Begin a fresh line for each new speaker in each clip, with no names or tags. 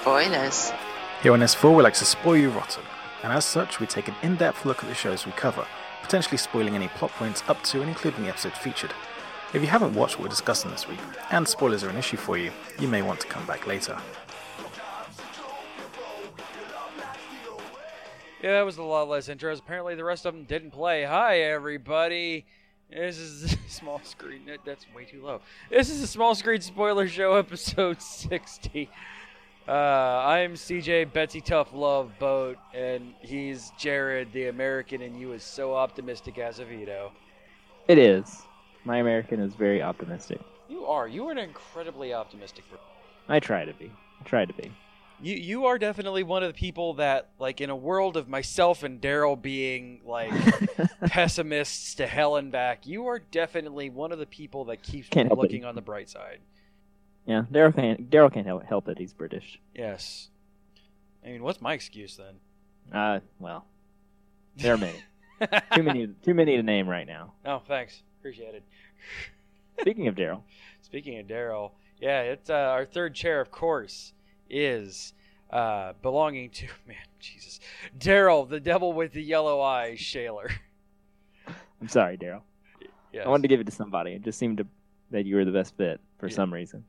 Spoilers.
Here on S4, we like to spoil you rotten, and as such, we take an in depth look at the shows we cover, potentially spoiling any plot points up to and including the episode featured. If you haven't watched what we're discussing this week, and spoilers are an issue for you, you may want to come back later.
Yeah, that was a lot less intros. Apparently, the rest of them didn't play. Hi, everybody. This is small screen. that- That's way too low. This is a small screen spoiler show, episode sixty. Uh, I'm CJ Betsy Tough Love Boat, and he's Jared the American, and you is so optimistic Acevedo.
It is. My American is very optimistic.
You are. You are an incredibly optimistic. person.
I try to be. I try to be.
You you are definitely one of the people that like in a world of myself and Daryl being like pessimists to hell and back, you are definitely one of the people that keeps
Can't help it.
looking on the bright side.
yeah, Daryl can't. Daryl can't help, help it. He's British.
Yes. I mean, what's my excuse then?
Uh, well, there are many. too many. Too many to name right now.
Oh, thanks. Appreciate it.
Speaking of Daryl,
Speaking of Daryl, yeah, it's uh, our third chair, of course, is uh, belonging to man, Jesus, Daryl, the devil with the yellow eyes, Shaler.
I'm sorry, Daryl.
Yes.
I wanted to give it to somebody. It just seemed to, that you were the best fit for
Yeah.
some reason.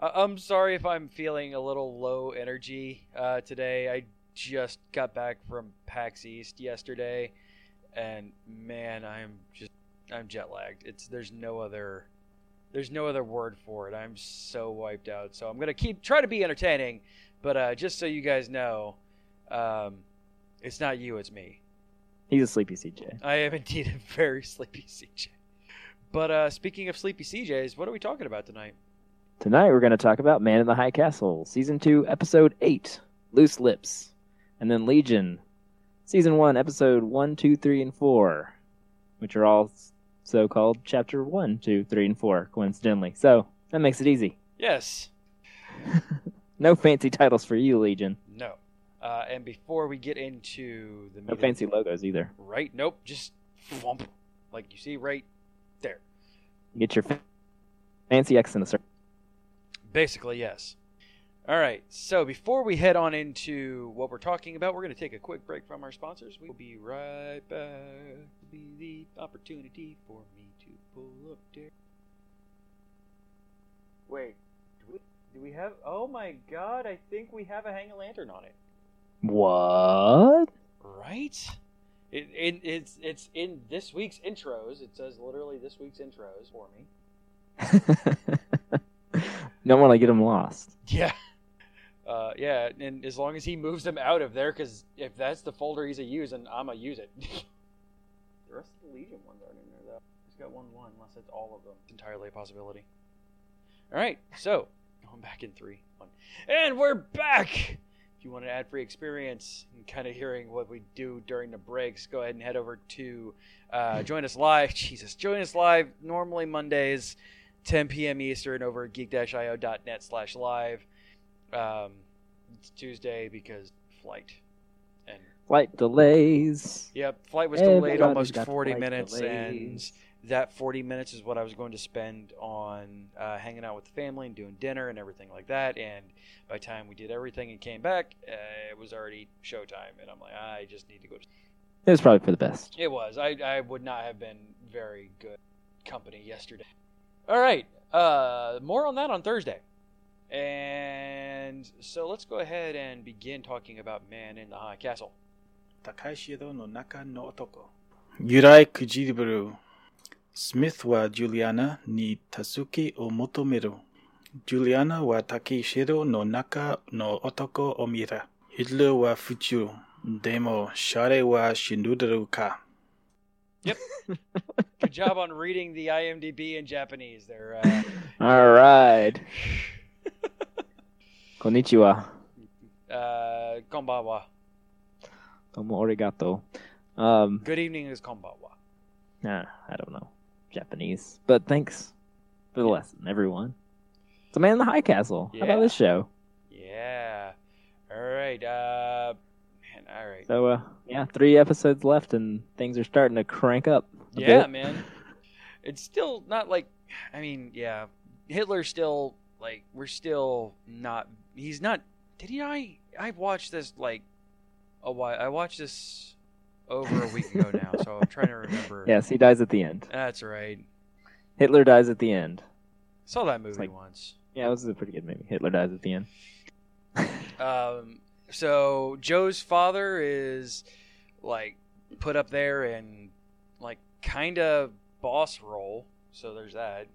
I- Uh, I'm sorry if I'm feeling a little low energy uh, today. I just got back from PAX East yesterday, and man, I'm just I'm jet lagged. It's there's no other there's no other word for it. I'm so wiped out. So I'm gonna keep try to be entertaining, but uh, just so you guys know, um, it's not you, it's me.
He's a sleepy CJ.
I am indeed a very sleepy CJ. But uh, speaking of sleepy CJs, what are we talking about tonight?
Tonight we're going to talk about Man in the High Castle, season two, episode eight, Loose Lips, and then Legion, season one, episode one, two, three, and four, which are all so-called chapter one, two, three, and four, coincidentally. So that makes it easy.
Yes,
No fancy titles for you, Legion.
No. Uh, and before we get into the
No
meat
fancy
of,
logos either.
right? Nope. Just thwomp, like you see right there.
Get your fa- fancy X in a circle.
Basically, yes. All right. So before we head on into what we're talking about, we're going to take a quick break from our sponsors. We'll be right back. Will be the opportunity for me to pull up there. Wait. Do we, do we have? Oh my God! I think we have a hang a lantern on it.
What?
Right? It, it, it's it's in this week's intros. It says literally this week's intros for me.
Don't want to get them lost.
Yeah. Uh, yeah, and as long as he moves them out of there, because if that's the folder he's a use, then I'm a use it. the rest of the Legion ones aren't in there though. He's got one one, unless it's all of them. It's entirely a possibility. All right, so going back in three, one, and we're back. If you want an ad-free experience and kind of hearing what we do during the breaks, go ahead and head over to uh, join us live. Jesus, join us live normally Mondays, 10 p.m. Eastern over at geek-io.net slash live. Um, it's Tuesday because flight. And
Flight delays.
yep, flight was
Everybody's
delayed almost
got
40
flight
minutes, and
delays.
that 40 minutes is what I was going to spend on uh, hanging out with the family and doing dinner and everything like that. And by the time we did everything and came back, uh, it was already showtime. And I'm like, I just need to go. To...
It was probably for the best.
It was. I, I would not have been very good company yesterday. All right. Uh, more on that on Thursday. And so let's go ahead and begin talking about Man in the High Castle.
Takaishido no naka no otoko. Yurai Kujiriburu. Smith wa Juliana ni Tasuki o motomeru. Juliana wa Takeshiro no naka no otoko o mira. Hitler wa fuchu. Demo share wa shinuduru ka.
Good job on reading the IMDb in Japanese there. Uh,
All right. Konnichiwa.
uh, konbawa.
Domo arigato. Um,
Good evening is konbawa.
nah, I don't know Japanese, but thanks for the lesson, everyone. It's a man in the high castle. How
Yeah.
about this show?
Yeah. All right. Uh, man, all right.
So, uh, yeah, three episodes left, and things are starting to crank up. a
Yeah,
bit.
man. It's still not like, I mean, yeah, Hitler's still like we're still not. He's not Did he? I I watched this like a while. I watched this over a week ago now, so I'm trying to remember.
Yes, he dies at the end.
That's right.
Hitler dies at the end.
Saw that movie
like-
once.
Yeah, this is a pretty good movie. Hitler dies at the end.
Um, so Joe's father is like put up there in like kind of boss role. So there's that.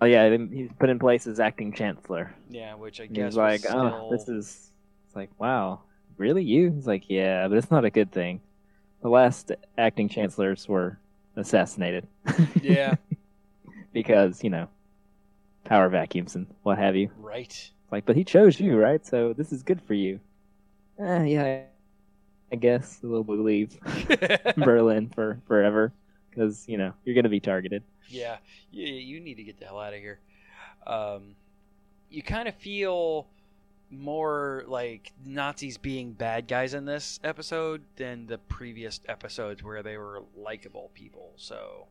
Oh yeah, then he's put in place as acting chancellor.
Yeah, which I
And
guess
he's like,
was
oh,
still...
this is. It's like, wow, really you? He's like, yeah, but it's not a good thing. The last acting chancellors were assassinated.
yeah
because you know, power vacuums and what have you.
right.
It's like, but he chose you, right? So this is good for you. Eh, yeah, I guess we'll leave Berlin for forever because you know you're gonna be targeted.
Yeah, you, you need to get the hell out of here. Um, you kind of feel more like Nazis being bad guys in this episode than the previous episodes where they were likable people. So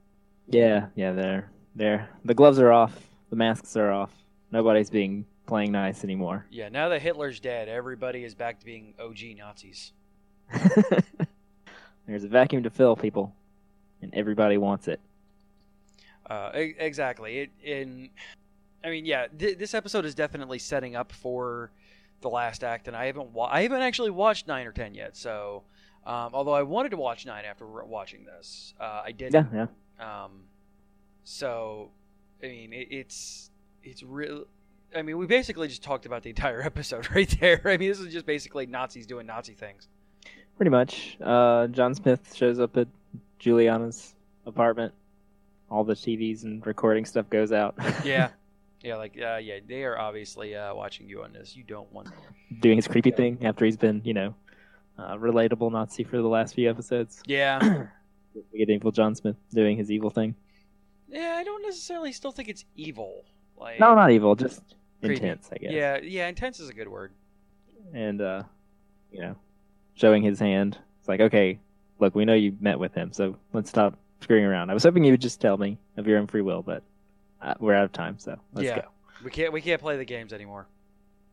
Yeah, yeah, there, there. The gloves are off. The masks are off. Nobody's being playing nice anymore.
yeah, now that Hitler's dead, everybody is back to being OG Nazis.
There's a vacuum to fill, people, and everybody wants it.
Uh, e- exactly. It in, I mean, yeah, th- this episode is definitely setting up for the last act, and I haven't wa- I haven't actually watched nine or ten yet. So, um, although I wanted to watch nine after re- watching this, uh, I didn't.
Yeah, yeah.
Um, so, I mean, it, it's it's real. I mean, we basically just talked about the entire episode right there. I mean, this is just basically Nazis doing Nazi things.
Pretty much. Uh, John Smith shows up at Juliana's apartment. All the TVs and recording stuff goes out.
Yeah, yeah, like uh, yeah, they are obviously uh, watching you on this. You don't want.
Doing his creepy thing after he's been, you know, uh, relatable Nazi for the last few episodes.
Yeah.
we get evil John Smith doing his evil thing.
Yeah, I don't necessarily still think it's evil. Like
No, not evil, just
Creepy.
intense, I guess.
Yeah, yeah, intense is a good word.
And, uh, you know, showing his hand. It's like, okay, look, we know you met with him, so let's stop screwing around. I was hoping you would just tell me of your own free will, but uh, we're out of time, so let's
yeah.
go.
We can't we can't play the games anymore.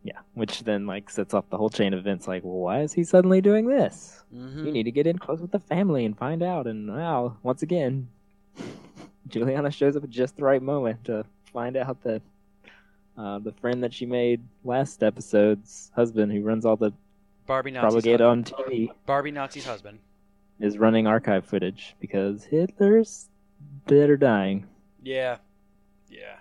Yeah, which then like sets off the whole chain of events. Like, well, why is he suddenly doing this?
Mm-hmm.
You need to get in close with the family and find out. And now, once again, Juliana shows up at just the right moment to find out that uh, the friend that she made last episode's husband, who runs all the
Barbie Nazi's
propaganda
husband.
on TV,
Barbie Nazi's husband.
is running archive footage because Hitler's dead or dying.
Yeah. Yeah.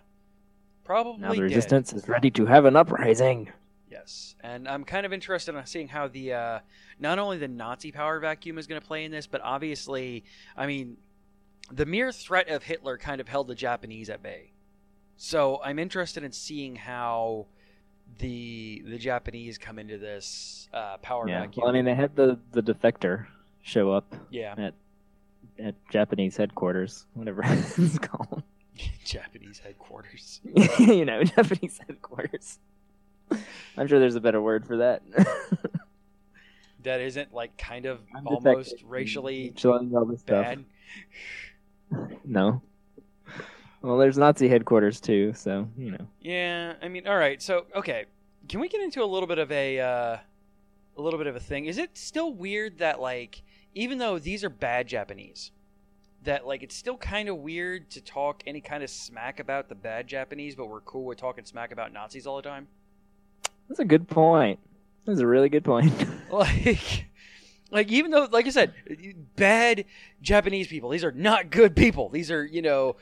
Probably
Now the
dead.
resistance is ready to have an uprising.
Yes. And I'm kind of interested in seeing how the uh, not only the Nazi power vacuum is going to play in this, but obviously, I mean, the mere threat of Hitler kind of held the Japanese at bay. So I'm interested in seeing how the the Japanese come into this uh, power
Yeah.
vacuum.
Well, I mean, they had the the defector show up
yeah,
at Japanese headquarters, whatever it's called.
Japanese headquarters.
you know, Japanese headquarters. I'm sure there's a better word for that.
That isn't like kind of
I'm
almost
defective.
racially
Showing all this stuff.
bad.
No. Well, there's Nazi headquarters too, so you know.
Yeah, I mean, all right. So, okay, can we get into a little bit of a uh, a little bit of a thing? Is it still weird that like even though these are bad Japanese, that like it's still kind of weird to talk any kind of smack about the bad Japanese, but we're cool with talking smack about Nazis all the time?
That's a good point. That's a really good point.
Like, like even though, like I said, bad Japanese people. These are not good people. These are you know,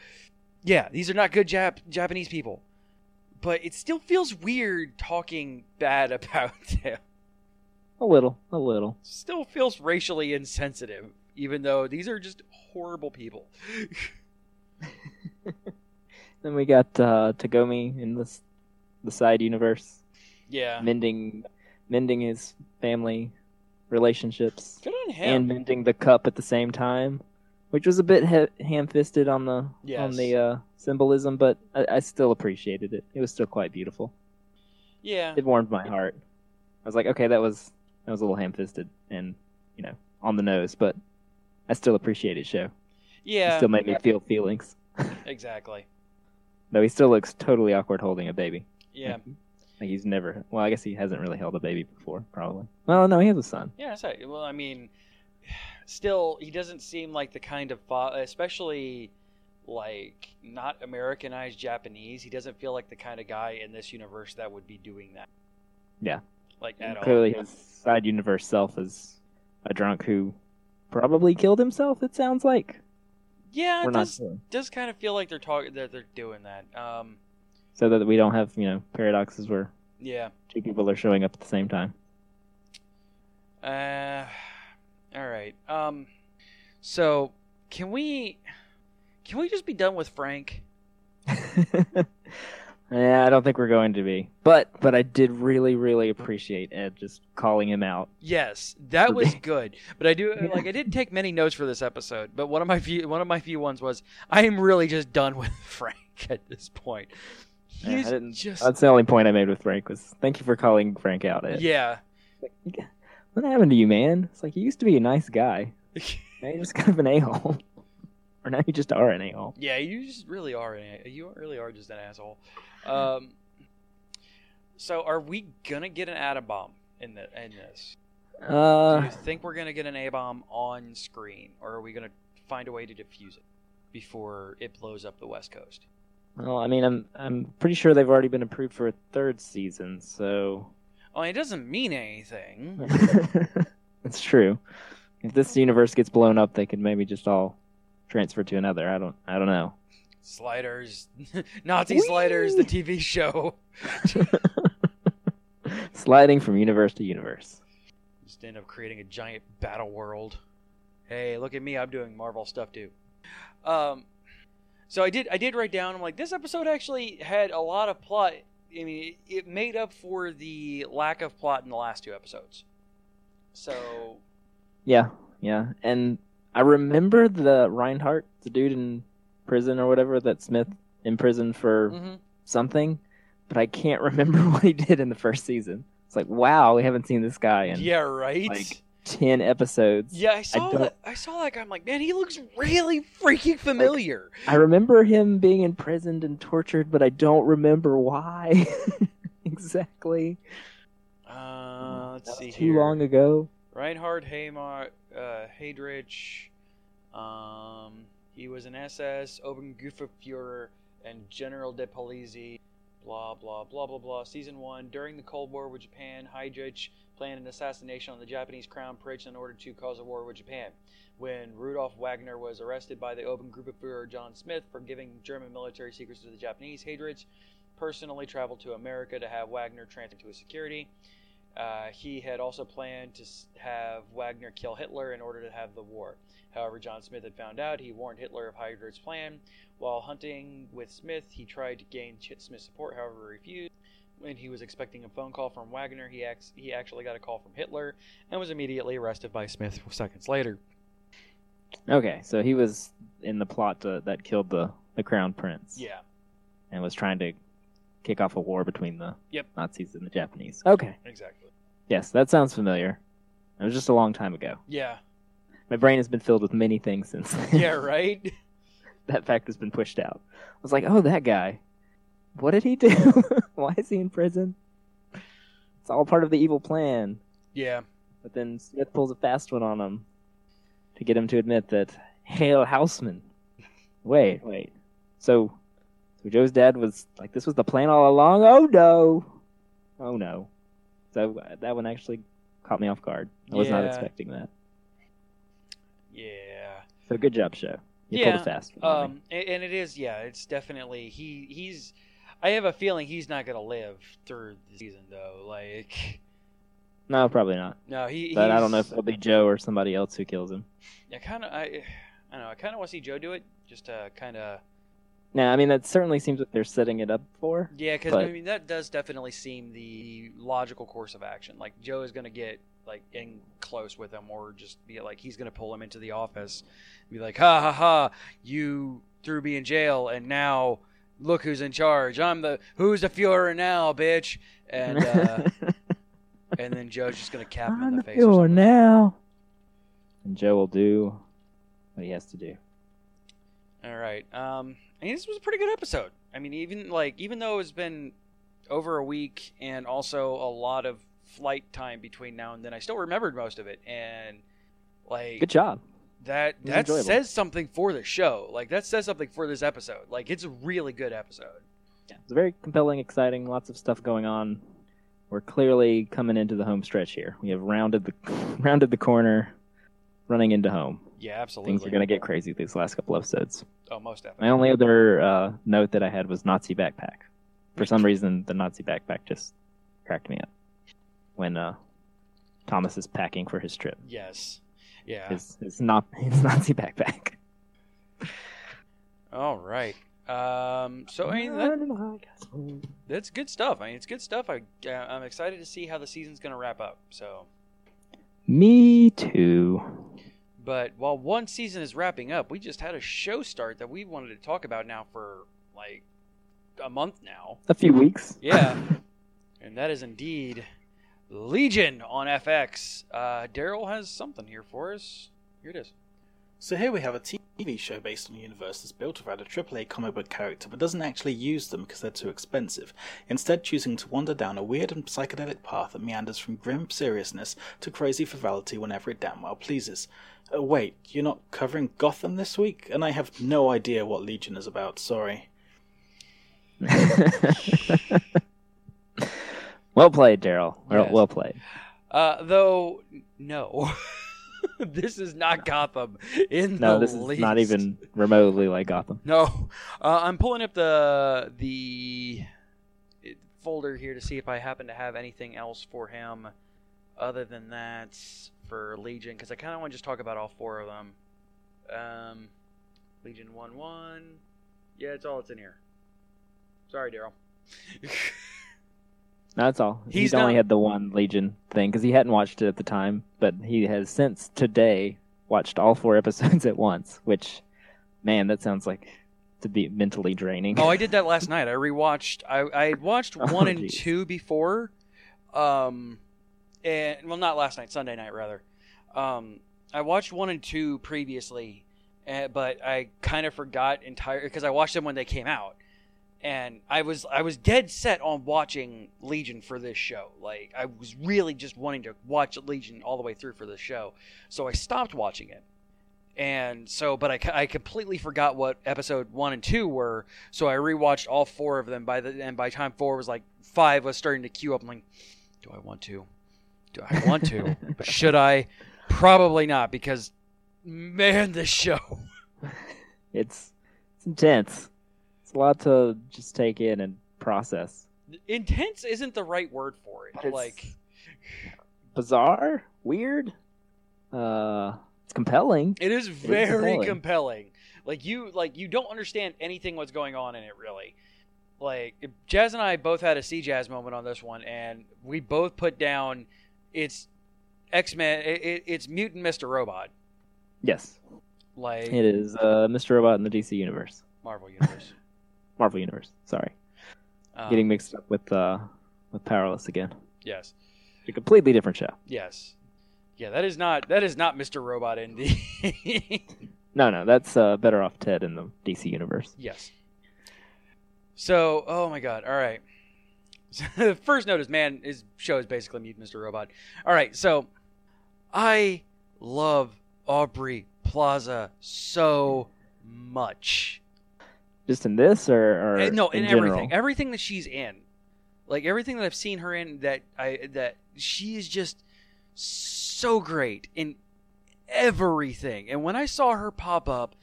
yeah, these are not good Jap- Japanese people. But it still feels weird talking bad about them.
a little, a little.
Still feels racially insensitive, even though these are just horrible people.
Then we got uh, Tagomi in this the side universe,
Yeah,
mending mending his family relationships.
good on him.
and mending the cup at the same time, which was a bit he- ham-fisted on the
Yes.
on the uh, symbolism, but I-, I still appreciated it. It was still quite beautiful.
yeah,
It warmed my heart. I was like, okay, that was that was a little ham-fisted and you know on the nose, but I still appreciate it. Show
yeah,
it still made me feel feelings,
exactly.
though he still looks totally awkward holding a baby.
Yeah,
Like he's never. Well, I guess he hasn't really held a baby before, probably. Well, no, he has a son.
Yeah, that's right. Well, I mean, still, he doesn't seem like the kind of father, especially like not Americanized Japanese. He doesn't feel like the kind of guy in this universe that would be doing that.
Yeah.
Like at
Clearly,
all.
his side universe self is a drunk who probably killed himself. It sounds like
Yeah,
we're
it
not
does,
sure.
does kind of feel like they're talking that they're doing that. Um,
so that we don't have you know paradoxes where
yeah.
two people are showing up at the same time.
Uh, all right. Um, so can we can we just be done with Frank?
yeah, I don't think we're going to be. But but I did really really appreciate Ed just calling him out.
Yes, that
For
was
being-
good. But I do
Yeah.
like I didn't take many notes for this episode, but one of my few one of my few ones was I am really just done with Frank at this point.
Yeah, I
He's
didn't-
just
That's the only point I made with Frank was thank you for calling Frank out. Ed.
yeah.
What happened to you, man? It's like you used to be a nice guy. Now you're just kind of an a hole, or now you just are an a hole.
Yeah, you just really are an a- you really are just an asshole. Um, so are we gonna get an atom bomb in the in this? Do
Uh,
you think we're gonna get an A bomb on screen, or are we gonna find a way to defuse it before it blows up the West Coast?
well, I mean, I'm I'm pretty sure they've already been approved for a third season, so
Well, it doesn't mean anything.
that's true. If this universe gets blown up, they could maybe just all transfer to another. I don't I don't know.
Sliders, Nazi
Whee!
Sliders, the TV show.
Sliding from universe to universe.
Just end up creating a giant battle world. Hey, look at me! I'm doing Marvel stuff too. Um, so I did. I did write down. I'm like, this episode actually had a lot of plot. I mean, it made up for the lack of plot in the last two episodes. So
Yeah, yeah. And I remember the Reinhardt, the dude in prison or whatever that Smith imprisoned for
mhm.
something, but I can't remember what he did in the first season. It's like, wow, we haven't seen this guy in
yeah, right.
like, ten episodes.
yeah, I saw
don't-
that. I saw that guy. I'm like, man, he looks really freaking familiar.
I remember him being imprisoned and tortured, but I don't remember why exactly.
uh, let's
That was
see.
too
here.
long ago.
Reinhard Haymar, uh, Heydrich, um, he was an SS, Obergruppenführer, and General de Polizei. Blah blah blah blah blah. Season one. During the Cold War with Japan, Heydrich planned an assassination on the Japanese crown prince in order to cause a war with Japan. When Rudolf Wagner was arrested by the Obergruppenführer John Smith for giving German military secrets to the Japanese, Heydrich personally traveled to America to have Wagner transferred to his security. Uh, he had also planned to s- have Wagner kill Hitler in order to have the war. However, John Smith had found out. He warned Hitler of Heydrich's plan. While hunting with Smith, he tried to gain Ch- Smith's support, however, refused. When he was expecting a phone call from Wagner, he, ac- he actually got a call from Hitler and was immediately arrested by Smith seconds later.
Okay, so he was in the plot to, that killed the, the crown prince.
Yeah.
and was trying to kick off a war between the
Yep.
Nazis and the Japanese. Okay.
Exactly.
Yes, that sounds familiar. It was just a long time ago.
Yeah.
My brain has been filled with many things since then.
Yeah, right?
that fact has been pushed out. I was like, oh, that guy. What did he do? Why is he in prison? It's all part of the evil plan.
yeah.
But then Smith pulls a fast one on him to get him to admit that Hale Houseman. Wait, wait. So, so Joe's dad was like, this was the plan all along? Oh no! Oh no. So uh, that one actually caught me off guard. I was not
Yeah.
expecting that.
Yeah.
So good job, show. You pulled
Yeah,
a fast one. on me.
Um, a- and it is, yeah, it's definitely he. He's. I have a feeling he's not gonna live through the season though. Like,
no, probably not.
no, he.
But I don't know
he's-
if it'll be Joe or somebody else who kills him.
I kind of, I, I don't know. I kind of want to see Joe do it, just to kind of.
Now, I mean, that certainly seems what they're setting it up for.
Yeah, because
But-
I mean that does definitely seem the logical course of action. Like Joe is gonna get like in close with him, or just be like he's gonna pull him into the office, and be like, ha ha ha, you threw me in jail, and now look who's in charge. I'm the who's the Fuhrer now, bitch. And uh, and then Joe's just gonna cap him in the face. or
You're
something.
now. And Joe will do what he has to do.
All right. Um, I mean, this was a pretty good episode. I mean, even like even though it's been over a week and also a lot of flight time between now and then. I still remembered most of it, and like
Good job.
that
was
that
enjoyable.
says something for the show. Like that says something for this episode. Like it's a really good episode.
It's very compelling, exciting, lots of stuff going on. We're clearly coming into the home stretch here. We have rounded the rounded the corner, running into home.
Yeah, absolutely.
Things are going to get crazy these last couple episodes.
oh, most definitely.
My only other uh, note that I had was Nazi backpack. For some reason, the Nazi backpack just cracked me up when uh, Thomas is packing for his trip.
Yes. Yeah.
His, his, not, his Nazi backpack.
All right. Um, so I mean, that, that's good stuff. I mean, it's good stuff. I uh, I'm excited to see how the season's going to wrap up. So,
Me too.
but while one season is wrapping up, we just had a show start that we wanted to talk about now for like a month now.
A few weeks.
Yeah. and that is indeed Legion on FX. Uh, Daryl has something here for us. Here it is.
So here we have a TV show based on a universe that's built around a AAA comic book character but doesn't actually use them because they're too expensive, instead choosing to wander down a weird and psychedelic path that meanders from grim seriousness to crazy frivolity whenever it damn well pleases. Uh, wait, you're not covering Gotham this week? And I have no idea what Legion is about, sorry.
well played, Daryl. Well,
Yes.
well played.
Uh, though no, this is not Gotham in
No,
the
this is
least.
not even remotely like Gotham.
No, uh, I'm pulling up the the folder here to see if I happen to have anything else for him other than that for Legion because I kind of want to just talk about all four of them. Um, Legion one one. Yeah, it's all that's in here. Sorry, Daryl.
No, that's all. He's,
He's
only
not-
had the one Legion thing because he hadn't watched it at the time, but he has since today watched all four episodes at once. Which, man, that sounds like to be mentally draining.
Oh, I did that last night. I rewatched. I I had watched
Oh,
Oh,
one and
geez.
two before, um, and well, not last night, Sunday night rather. Um, I watched one and two previously, eh, but I kind of forgot entire because I watched them when they came out, and I was I was dead set on watching Legion for this show. Like I was really just wanting to watch Legion all the way through for this show, so I stopped watching it. And so, but I, c- I completely forgot what episode one and two were, so I rewatched all four of them. By the and by time four was like five, was starting to queue up. I'm like, do I want to? Do I want to? Should I? Probably not, because man, this show.
it's it's intense. It's a lot to just take in and process.
Intense isn't the right word for it.
But it's-
Like,
Bizarre, weird. Uh, it's compelling.
it is
is
very
compelling.
compelling. Like you, like you don't understand anything what's going on in it really. Like Jazz and I both had a C Jazz moment on this one, and we both put down it's X Men, it, it, it's mutant Mister Robot.
Yes,
Like
it is. Uh, Mr. Robot in the DC universe,
Marvel Universe.
Marvel universe. Sorry,
Um,
getting mixed up with uh with Powerless again.
yes,
A completely different show.
yes, yeah. That is not that is not Mister Robot in the
No, no, that's uh, better off Ted in the DC universe.
yes. So, oh my God! All right. So, the first note is man, his show is basically mute Mister Robot. All right, so I love Aubrey Plaza so much.
Just in this, or, or
Uh, no,
in,
in,
general?
everything, everything that she's in, like everything that I've seen her in, that I that she is just so great in everything. And when I saw her pop up,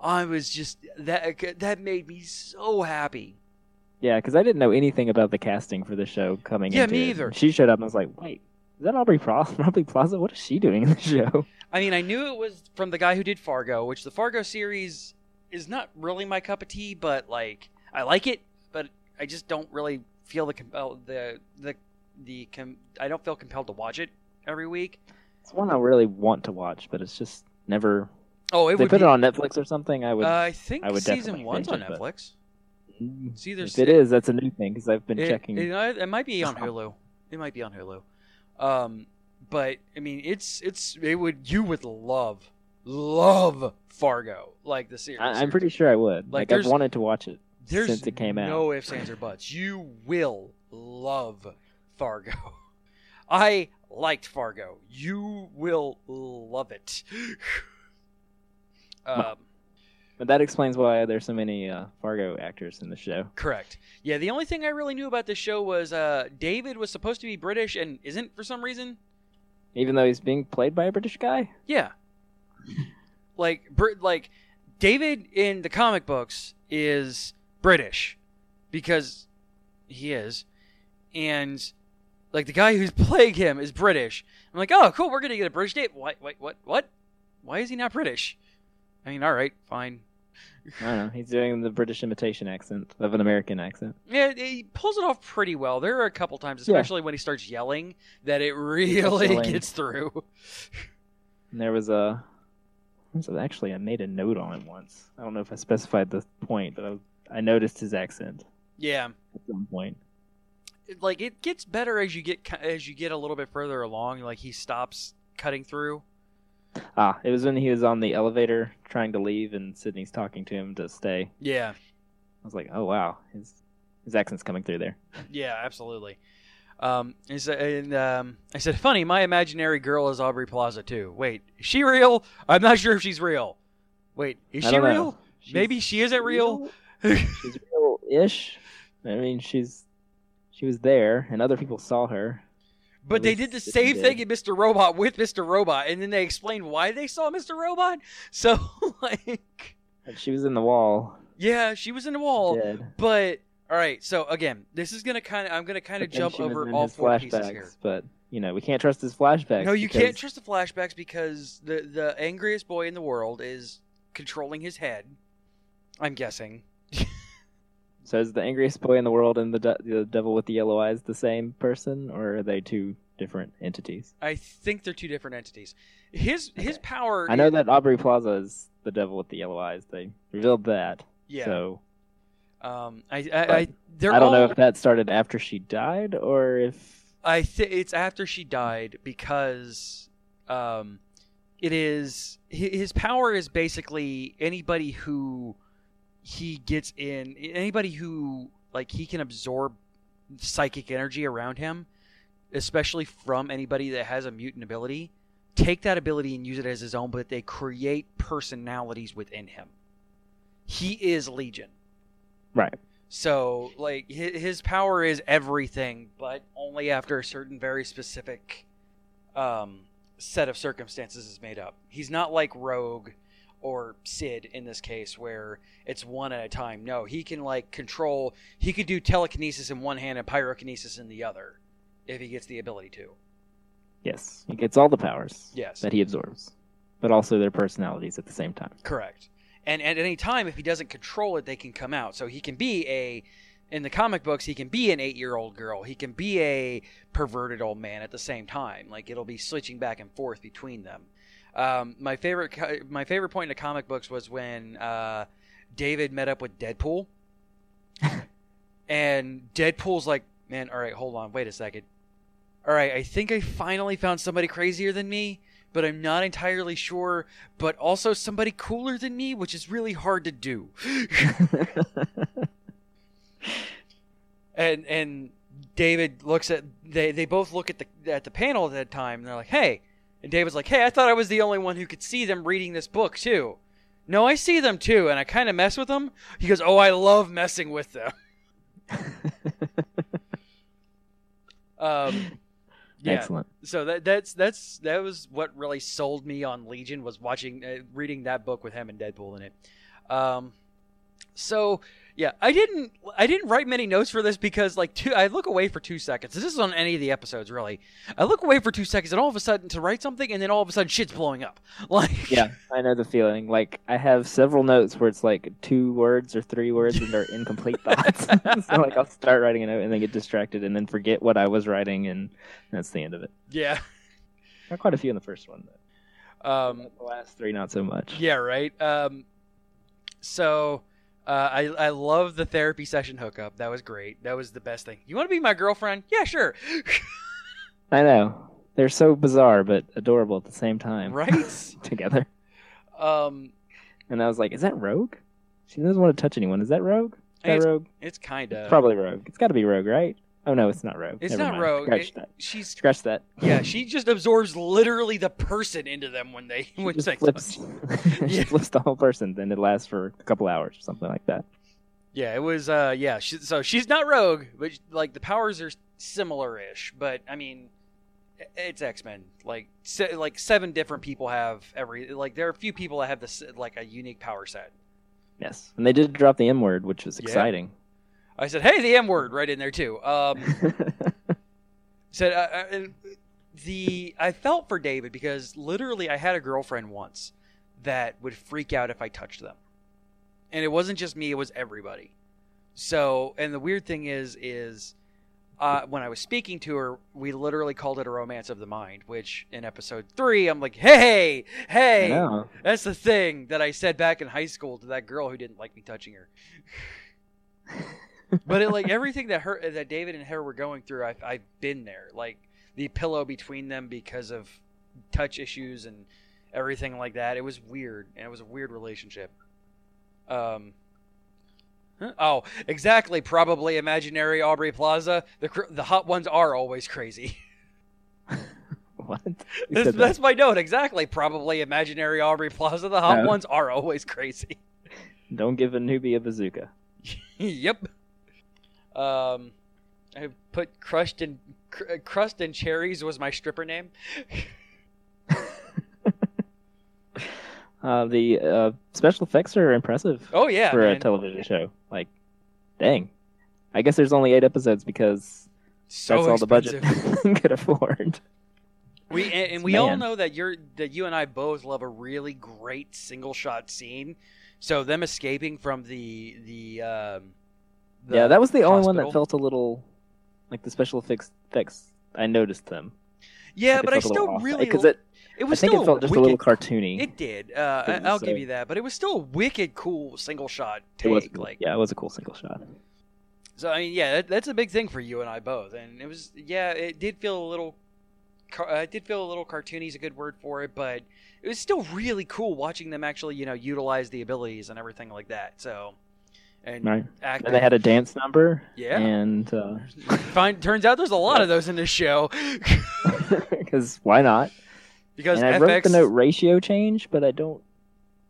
I was just that that made me so happy.
yeah, because I didn't know anything about the casting for the show coming.
Yeah,
into
me
it.
either.
She showed up and I was like, "Wait, is that Aubrey Plaza? Aubrey Plaza? What is she doing in the show?"
I mean, I knew it was from the guy who did Fargo, which the Fargo series is not really my cup of tea, but like I like it, but I just don't really feel the compel the the the com- I don't feel compelled to watch it every week.
It's one I really want to watch, but it's just never.
Oh, it
If they
would
put
be,
it on Netflix or something. I would.
Uh, I think
I would
season
definitely
one's on
binge it, but-
Netflix. It's either
if it is, that's a new thing because I've been
it,
checking.
It, it might be on Hulu. It might be on Hulu. Um, but I mean, it's it's it would you would love love Fargo like the series.
I, I'm pretty sure I would.
Like,
Like, I've
there's-
wanted to watch it
There's
since it came out.
no ifs ands or buts. You will love Fargo. I liked Fargo. You will love it. um,
But that explains why there's so many uh, Fargo actors in the show.
correct. Yeah, the only thing I really knew about this show was uh, David was supposed to be British and isn't for some reason.
Even though he's being played by a British guy?
Yeah. like Br- like David in the comic books is British because he is and like the guy who's playing him is British. I'm like, "Oh, cool, we're going to get a British date. Why wait what what? Why is he not British?" I mean, all right, fine.
I don't know. He's doing the British imitation accent of an American accent.
Yeah, he pulls it off pretty well. There are a couple times,
Yeah.
especially when he starts yelling, that it really
Yelling.
gets through.
And there was a. there was Actually, I made a note on it once. I don't know if I specified the point, but I, I noticed his accent
Yeah.
at some point.
like it gets better as you get ki- as you get a little bit further along like he stops cutting through
Ah, it was when he was on the elevator trying to leave, and Sydney's talking to him to stay.
yeah
I was like, oh wow, his his accent's coming through there.
yeah absolutely um and, so, and um i said funny my imaginary girl is aubrey plaza too wait is she real i'm not sure if she's real wait is
I
she
don't know.
real
She's
maybe she isn't real
she's real-ish. I mean, she's she was there, and other people saw her.
but they did the same
She
thing in
did.
mr robot with mr robot and then they explained why they saw mr robot so like
And she was in the wall.
yeah she was in the wall
dead.
But all right, so again, this is gonna kind of I'm gonna kind of
But then
jump
she was
over
in
all
his
four
flashbacks,
pieces here.
But you know, we can't trust his flashbacks.
No, you
because
can't trust the flashbacks because the the angriest boy in the world is controlling his head. I'm guessing.
So is the angriest boy in the world and the de- the devil with the yellow eyes the same person, or are they two different entities?
I think they're two different entities. His his
Okay.
power.
I know
is-
that Aubrey Plaza is the devil with the yellow eyes. They revealed that.
Yeah.
So
um. I. I. I they're
I don't know
all-
if that started after she died or if
I think it's after she died because um, it is hi- his power is basically anybody who he gets in anybody who like he can absorb psychic energy around him, especially from anybody that has a mutant ability. Take that ability and use it as his own, but they create personalities within him. He is Legion.
right.
So, like, hi- his power is everything, but only after a certain very specific um, set of circumstances is made up. He's not like Rogue or Sid in this case, where it's one at a time. No, he can, like, control. He could do telekinesis in one hand and pyrokinesis in the other if he gets the ability to.
Yes, he gets all the powers
Yes.
that he absorbs, but also their personalities at the same time.
Correct. And at any time, if he doesn't control it, they can come out. So he can be a, in the comic books, he can be an eight year old girl. He can be a perverted old man at the same time. Like it'll be switching back and forth between them. Um, my favorite, co- my favorite point in the comic books was when uh, David met up with Deadpool, and Deadpool's like, "Man, all right, hold on, wait a second. All right, I think I finally found somebody crazier than me, but I'm not entirely sure but also somebody cooler than me, which is really hard to do. and and David looks at they they both look at the at the panel at that time and they're like, "Hey." And David's like, "Hey, I thought I was the only one who could see them reading this book, too." No, I see them too, and I kind of mess with them. He goes, "Oh, I love messing with them." Um yeah
Excellent.
so that that's that's that was what really sold me on Legion was watching uh, reading that book with him and Deadpool in it. Um, so yeah, I didn't I didn't write many notes for this because like two I look away for two seconds. This is on any of the episodes really. I look away for two seconds and all of a sudden to write something and then all of a sudden shit's blowing up. Like
Yeah, I know the feeling. Like I have several notes where it's like two words or three words and they're incomplete thoughts. so like I'll start writing a note and then get distracted and then forget what I was writing and that's the end of it.
yeah.
There are quite a few in the first one though.
Um,
the last three not so much.
Yeah, right. Um, so uh, I I love the therapy session hookup. That was great. That was the best thing. You want to be my girlfriend? Yeah, sure.
I know. They're so bizarre but adorable at the same time.
right.
Together.
Um,
And I was like, is that Rogue? She doesn't want to touch anyone. Is that Rogue? Is that
It's-
Rogue?
it's kind of
Probably Rogue. It's got to be Rogue, right? Oh no, it's not Rogue.
It's
Never
not
mind.
Rogue.
Scratch
It-
that.
she's
Scratch that.
yeah. She just absorbs literally the person into them when they
She
when
just
they
flips. she
Yeah.
flips the whole person, then it lasts for a couple hours or something like that.
Yeah, it was. Uh, yeah. She, so she's not Rogue, but like the powers are similar-ish. But I mean, i- it's X Men. Like, se- like seven different people have every. Like, there are a few people that have this like a unique power set.
Yes, and they did drop the M word, which was
Yeah.
exciting.
I said, "Hey, the M word right in there too." Um, said uh, uh, and the I felt for David because literally I had a girlfriend once that would freak out if I touched them, and it wasn't just me; it was everybody. So, and the weird thing is, is uh, when I was speaking to her, we literally called it a romance of the mind. Which in episode three, I'm like, "Hey,
I
hey,
know.
that's the thing that I said back in high school to that girl who didn't like me touching her. but it, like everything that her that David and her were going through, I've I've been there. Like the pillow between them because of touch issues and everything like that. It was weird, and it was a weird relationship. Um. huh? Oh, exactly. Probably imaginary Aubrey Plaza. The cr- the hot ones are always crazy.
What? You
That's,
said that.
that's my note. Exactly. Probably imaginary Aubrey Plaza. The hot
Yeah.
ones are always crazy.
Don't give a newbie a bazooka.
yep. Um, I put crushed and cr- uh, crust and cherries was my stripper name.
Uh, the uh, special effects are impressive
Oh yeah,
for a
man.
television show. Like, dang. I guess there's only eight episodes because
so
that's all
expensive.
the budget could afford.
we and, and we all
Man.
know that you're that you and I both love a really great single shot scene. So them escaping from the the um, the
yeah, that was the only one that
hospital.
felt a little like the special effects. effects I noticed them.
yeah,
Like, it
but I
felt a little
still
off.
really
because it.
it
I
was
think
still
it felt just a
wicked
little cartoony.
It did. Uh, I-
It was,
I'll give
uh,
you that, but it was still a wicked cool single shot
It
take.
was
like,
yeah, it was a cool single shot.
so I mean, yeah, that, that's a big thing for you and I both. And it was, yeah, it did feel a little, car- uh, it did feel a little cartoony is a good word for it, but it was still really cool watching them actually, you know, utilize the abilities and everything like that. So, and
Right.
act.
And they had a dance number.
Yeah.
And uh,
Find, turns out there's a lot of those in this show
because why not?
because
and I wrote
FX.
the note ratio change, but I don't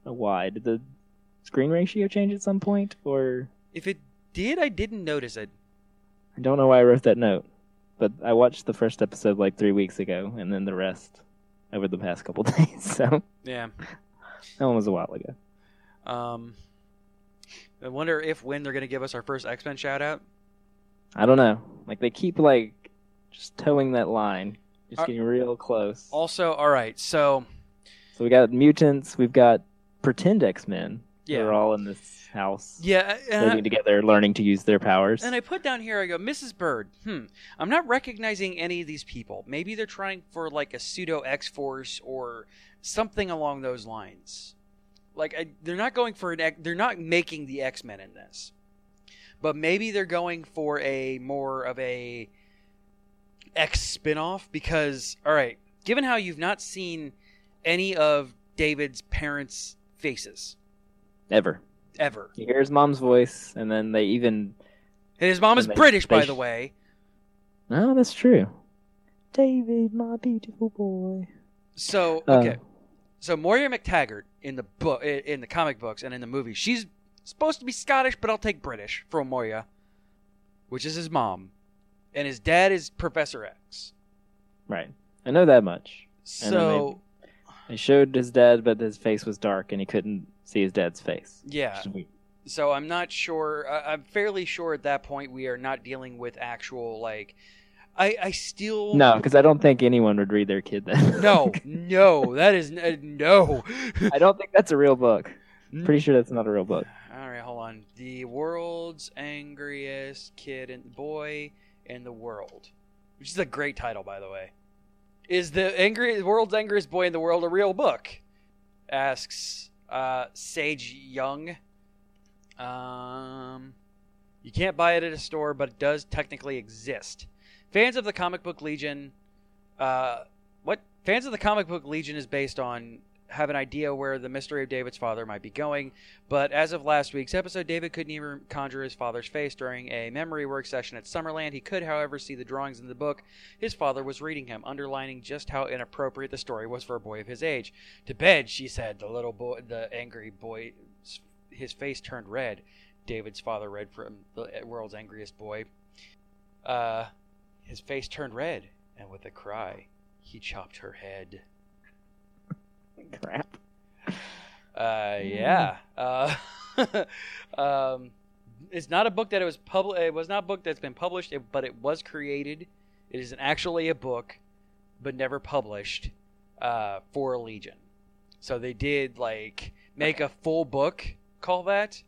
know why. Did the screen ratio change at some point, or
If it did, I didn't notice it.
I don't know why I wrote that note. But I watched the first episode like three weeks ago, and then the rest over the past couple days. So
Yeah.
that one was a while ago.
Um, I wonder if when they're going to give us our first X Men shout out.
I don't know. Like they keep like just towing that line, just
Are-
getting real close.
Also, Uh, all right, so
So we got mutants. We've got pretend X Men.
yeah,
They're all in this house.
yeah, and
Living
I,
together, learning to use their powers.
and I put down here. I go, Mrs. Bird. Hmm, I'm not recognizing any of these people. Maybe they're trying for like a pseudo X Force or something along those lines. Like I, they're not going for an. X- They're not making the X Men in this, but maybe they're going for a more of a X spin-off because all right, given how you've not seen any of David's parents' faces
Ever.
ever,
You hear his mom's voice, and then they even.
and his mom is
And they-
British,
they
by
sh-
the way.
No, that's true. David, my beautiful boy.
So
Uh,
okay, so Moira McTaggart in the book, in the comic books, and in the movie, she's supposed to be Scottish, but I'll take British from Moira, which is his mom, and his dad is Professor X.
Right. I know that much. And then
So
They showed his dad, but his face was dark, and he couldn't see his dad's face.
yeah, so I'm not sure. I, I'm fairly sure at that point we are not dealing with actual like. I I still
No, because I don't think anyone would read their kid that.
no no that is n- no.
I don't think that's a real book.
Mm-hmm.
Pretty sure that's not a real book.
All right, hold on. The world's angriest kid and boy in the world, which is a great title, by the way. Is the angry world's angriest boy in the world a real book? Asks uh, Sage Young. Um, you can't buy it at a store, but it does technically exist. Fans of the comic book Legion, uh, what? Fans of the comic book Legion is based on have an idea where the mystery of David's father might be going, but as of last week's episode, David couldn't even conjure his father's face during a memory work session at Summerland. He could, however, see the drawings in the book his father was reading him, underlining just how inappropriate the story was for a boy of his age. To bed, she said. The little boy, the angry boy, his face turned red. David's father read from the world's angriest boy. Uh, his face turned red, and with a cry, he chopped her head.
Crap.
Uh,
Hmm.
yeah. Uh, um, it's not a book that it was pub- It was not a book that's been published, it- but it was created. It is actually a book, but never published uh, for Legion. So they did like make a full book, call that.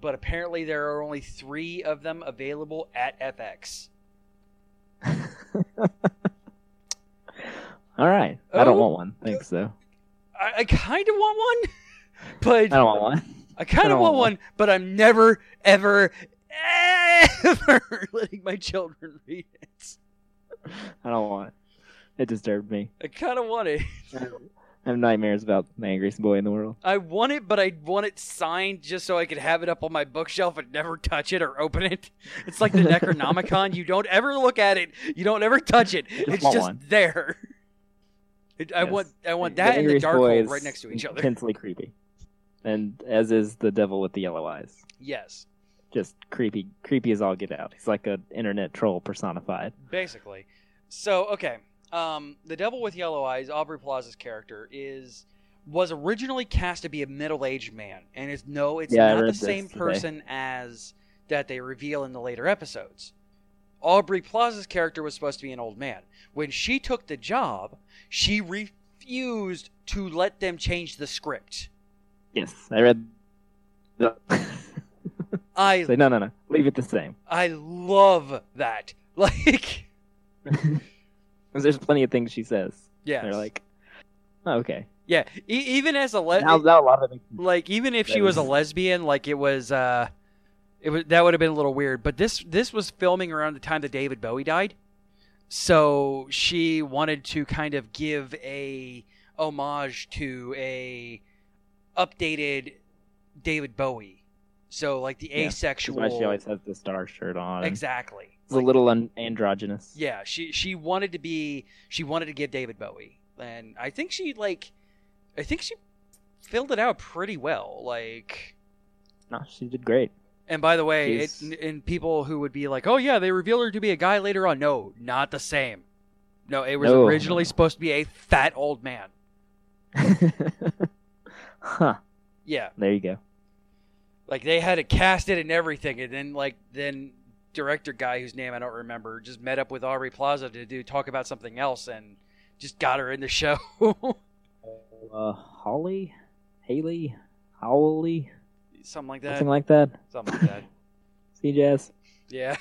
But apparently there are only three of them available at FX.
All right. I don't
Oh.
want one. Thanks, though.
I, I kind of want one, but
I don't want one.
I kind of
I don't
want
want
one, but I'm never, ever, ever letting my children read it.
I don't want it. It disturbed me.
I kind of want it.
I have nightmares about the angriest boy in the world.
I want it, but I want it signed just so I could have it up on my bookshelf and never touch it or open it. It's like the Necronomicon. You don't ever look at it. You don't ever touch it.
Just
it's
want
just
one.
there. It, I
Yes.
want I want that and the
angriest
dark
boy
hole
is
right next to each other.
Intensely creepy. And as is the devil with the yellow eyes.
Yes,
Just creepy, creepy as all get out. He's like an internet troll personified.
basically. So okay, um, the devil with yellow eyes, Aubrey Plaza's character is was originally cast to be a middle-aged man, and it's no, it's
Yeah,
not
I read
the
this
same
today.
person as that they reveal in the later episodes. Aubrey Plaza's character was supposed to be an old man. When she took the job, she refused to let them change the script.
Yes, I read. The...
I
Say no, no, no. Leave it the same.
I love that. Like,
'Cause there's plenty of things she says.
yeah,
They're like, oh, okay.
yeah. E- even as a le-
now, now a lot of it.
like even if she
That
was a
was-
lesbian like it was uh it was that would have been a little weird but this this was filming around the time that david bowie died so she wanted to kind of give a homage to a updated david bowie so like the
Yeah, That's
asexual
why she always has the star shirt on.
exactly
It's a little un- androgynous.
yeah, she she wanted to be she wanted to give David Bowie, and I think she like, I think she filled it out pretty well. Like,
No, she did great.
and by the way, it,
She's-
and people who would be like, oh yeah, they revealed her to be a guy later on. No, not the same. No, it was
No.
originally supposed to be a fat old man.
huh.
Yeah,
There you go.
like they had it casted and everything, and then like then director guy whose name I don't remember just met up with Aubrey Plaza to do talk about something else and just got her in the show.
Uh, Holly, Haley, Howley,
something like that.
something like that.
Something like that.
See, Jazz.
Yeah.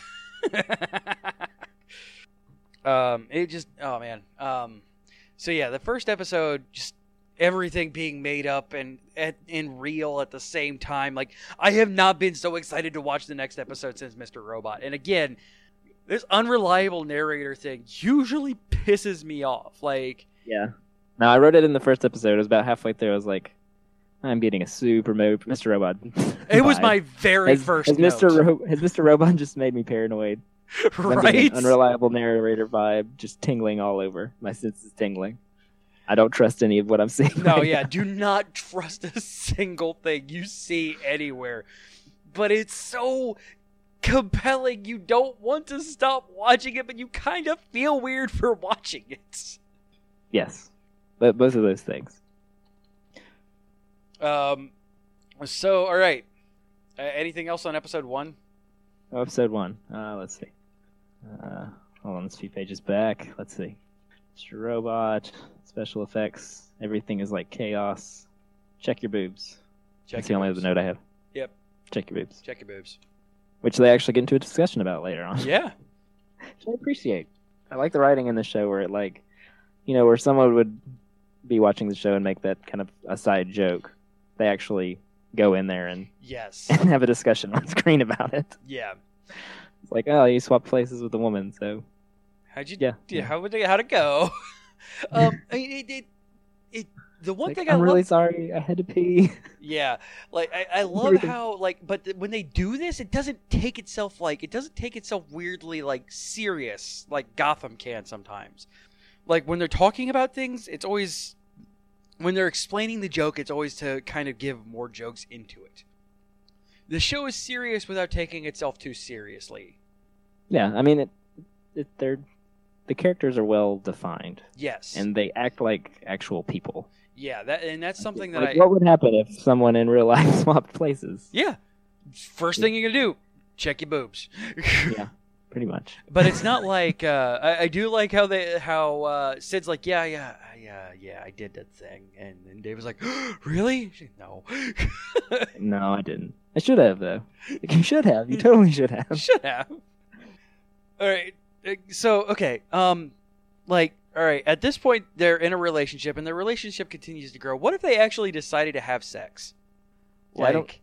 um, it just oh man. Um, so yeah, the first episode just everything being made up and and and real at the same time. Like I have not been so excited to watch the next episode since Mr. Robot. And again, this unreliable narrator thing usually pisses me off. Like
Yeah. No, I wrote it in the first episode. It was about halfway through. I was like, I'm getting a super mo- Mr. Robot.
it was
vibe.
my very
Has-
first
has Mr.
note,
Ro- has Mr. Robot just made me paranoid? 'Cause I'm getting
right?
an unreliable narrator vibe, just tingling all over. My senses tingling. I don't trust any of what I'm seeing.
No,
right
yeah,
now.
do not trust a single thing you see anywhere. But it's so compelling, you don't want to stop watching it, but you kind of feel weird for watching it.
Yes, but both of those things.
Um, so, all right. Uh, anything else on episode one?
Oh, episode one. Uh, let's see. Uh, hold on, it's a few pages back. Let's see. Mr. Robot, special effects. Everything is like chaos. Check your boobs. That's the only
boobs.
other note I have.
Yep.
Check your boobs,
Check your boobs.
which they actually get into a discussion about later on.
Yeah.
Which I appreciate. I like the writing in the show where it like, you know, where someone would be watching the show and make that kind of a side joke. They actually go in there and
Yes.
have a discussion on screen about it.
Yeah.
It's like, oh, you swapped places with a woman, so
How'd you
yeah.
Yeah, how would they, how'd it go? um, I mean, it, it it the one
Like,
thing I
I'm
love
really sorry. I had to pee.
Yeah, like I, I love
Everything.
how like, but th- when they do this, it doesn't take itself like it doesn't take itself weirdly like serious like Gotham can sometimes. Like when they're talking about things, it's always when they're explaining the joke, it's always to kind of give more jokes into it. The show is serious without taking itself too seriously.
yeah, I mean, it, it, they're the characters are well defined
Yes,
and they act like actual people.
yeah, that and that's something that
Like,
I
what would happen if someone in real life swapped places?
yeah. First thing you're gonna do, check your boobs.
yeah, pretty much.
but it's not like uh, I, I do like how they how uh, Sid's like yeah yeah yeah yeah I did that thing and then Dave was like really She's like, no
No, I didn't. I should have though. Like, you should have. You totally should have.
should have all right uh, so okay um like all right at this point they're in a relationship and their relationship continues to grow what if they actually decided to have sex
Yeah, I don't-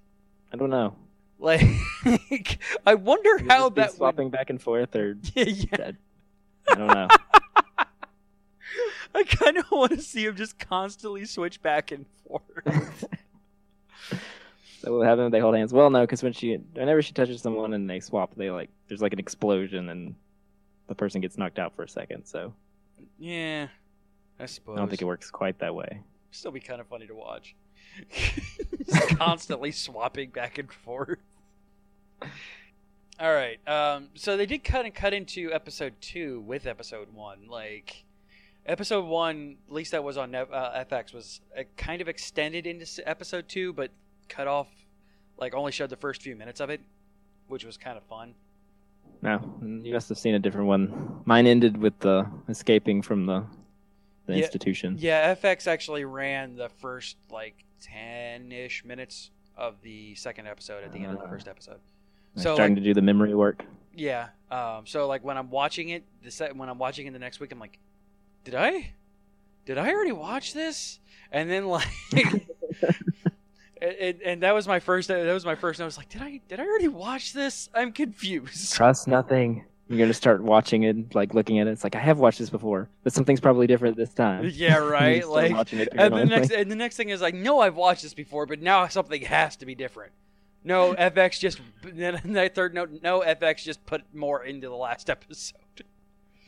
I don't know.
like like I wonder
Would it
how
just be
that would
swapping back and forth, or
yeah, yeah.
I don't know.
I kind of want to see him just constantly switch back and forth
So what happened? if They hold hands. Well, no, because when she, whenever she touches someone and they swap, they like there's like an explosion and the person gets knocked out for a second. So
yeah I suppose
I don't think it works quite that way.
still be kind of funny to watch. Constantly swapping back and forth. All right. Um, so they did kind of cut into episode two with episode one. Like episode one, at least that was on Nef- uh, FX, was uh, kind of extended into s- episode two, but cut off. Like only showed the first few minutes of it, which was kind of fun.
No, you must have seen a different one. Mine ended with the escaping from the the
Yeah.
institution.
Yeah, FX actually ran the first like ten-ish minutes of the second episode at the end of the
Ah.
first episode.
Like,
So,
starting
like-
to do the memory work.
Yeah. Um. So like when I'm watching it, the set when I'm watching it the next week, I'm like, did I, did I already watch this? And then like, and, and that was my first. That was my first. And I was like, did I, did I already watch this? I'm confused.
Trust nothing. You're gonna start watching it, like looking at it. It's like I have watched this before, but something's probably different this time.
Yeah. Right.
Still
like.
watching it
And the
ignorantly.
next and the next thing is I know I've watched this before, but now something has to be different. No, FX just then that third note. No, FX just put more into the last episode.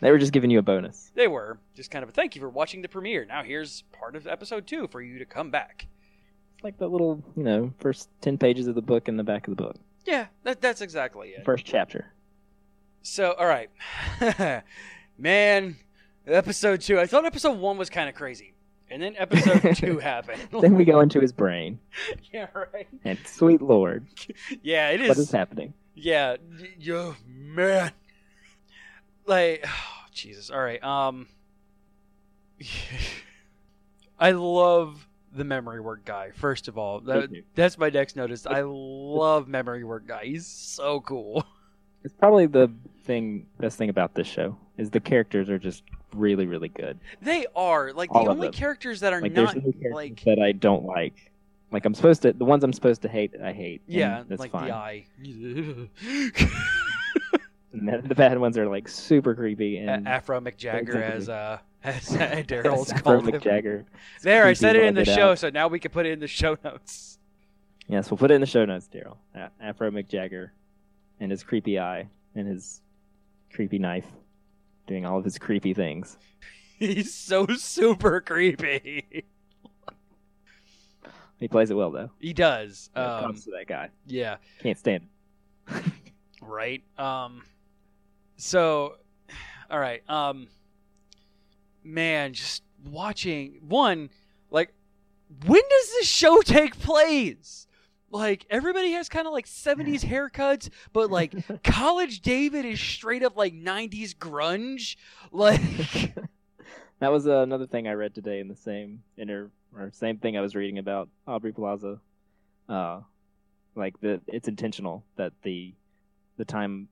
They were just giving you a bonus.
They were just kind of a thank you for watching the premiere. Now here's part of episode two for you to come back.
It's like the little, you know, first ten pages of the book in the back of the book,
Yeah, that, that's exactly it.
first chapter.
So, all right, man, episode two. I thought episode one was kind of crazy, and then episode two happened.
then we go into his brain,
yeah, right.
and sweet lord,
Yeah, it
what
is.
is happening?
Yeah, y- yo, man. Like, Jesus. All right. Um, I love the memory work guy. First of all, that,
Thank you.
That's my next notice. I love memory work guy. He's so cool.
It's probably the thing, best thing about this show is the characters are just really, really good.
They are like
All
the
of
only
them.
characters that are
Like
not
there's no characters
like
that I don't like. Like I'm supposed to, the ones I'm supposed to hate, I hate. and
yeah,
that's
like
fine.
the eye.
And then the bad ones are like super creepy and
Afro McJagger
Exactly.
as uh as
Yes,
Daryl's
Afro
called him.
McJagger. It's
There, I
creepy
said it
when
in the
get
show,
out.
so now we can put it in the show notes.
Yes, we'll put it in the show notes, Daryl. A- Afro McJagger and his creepy eye and his creepy knife doing all of his creepy things.
He's so super creepy.
He plays it well, though.
He does.
When it
Um,
comes to that guy.
yeah.
Can't stand him.
right um so all right um man just watching one like when does this show take place like everybody has kind of like 70s haircuts but like college david is straight up like 90s grunge like
that was uh, another thing I read today in the same inter or same thing I was reading about Aubrey Plaza. Uh, like the it's intentional that the the time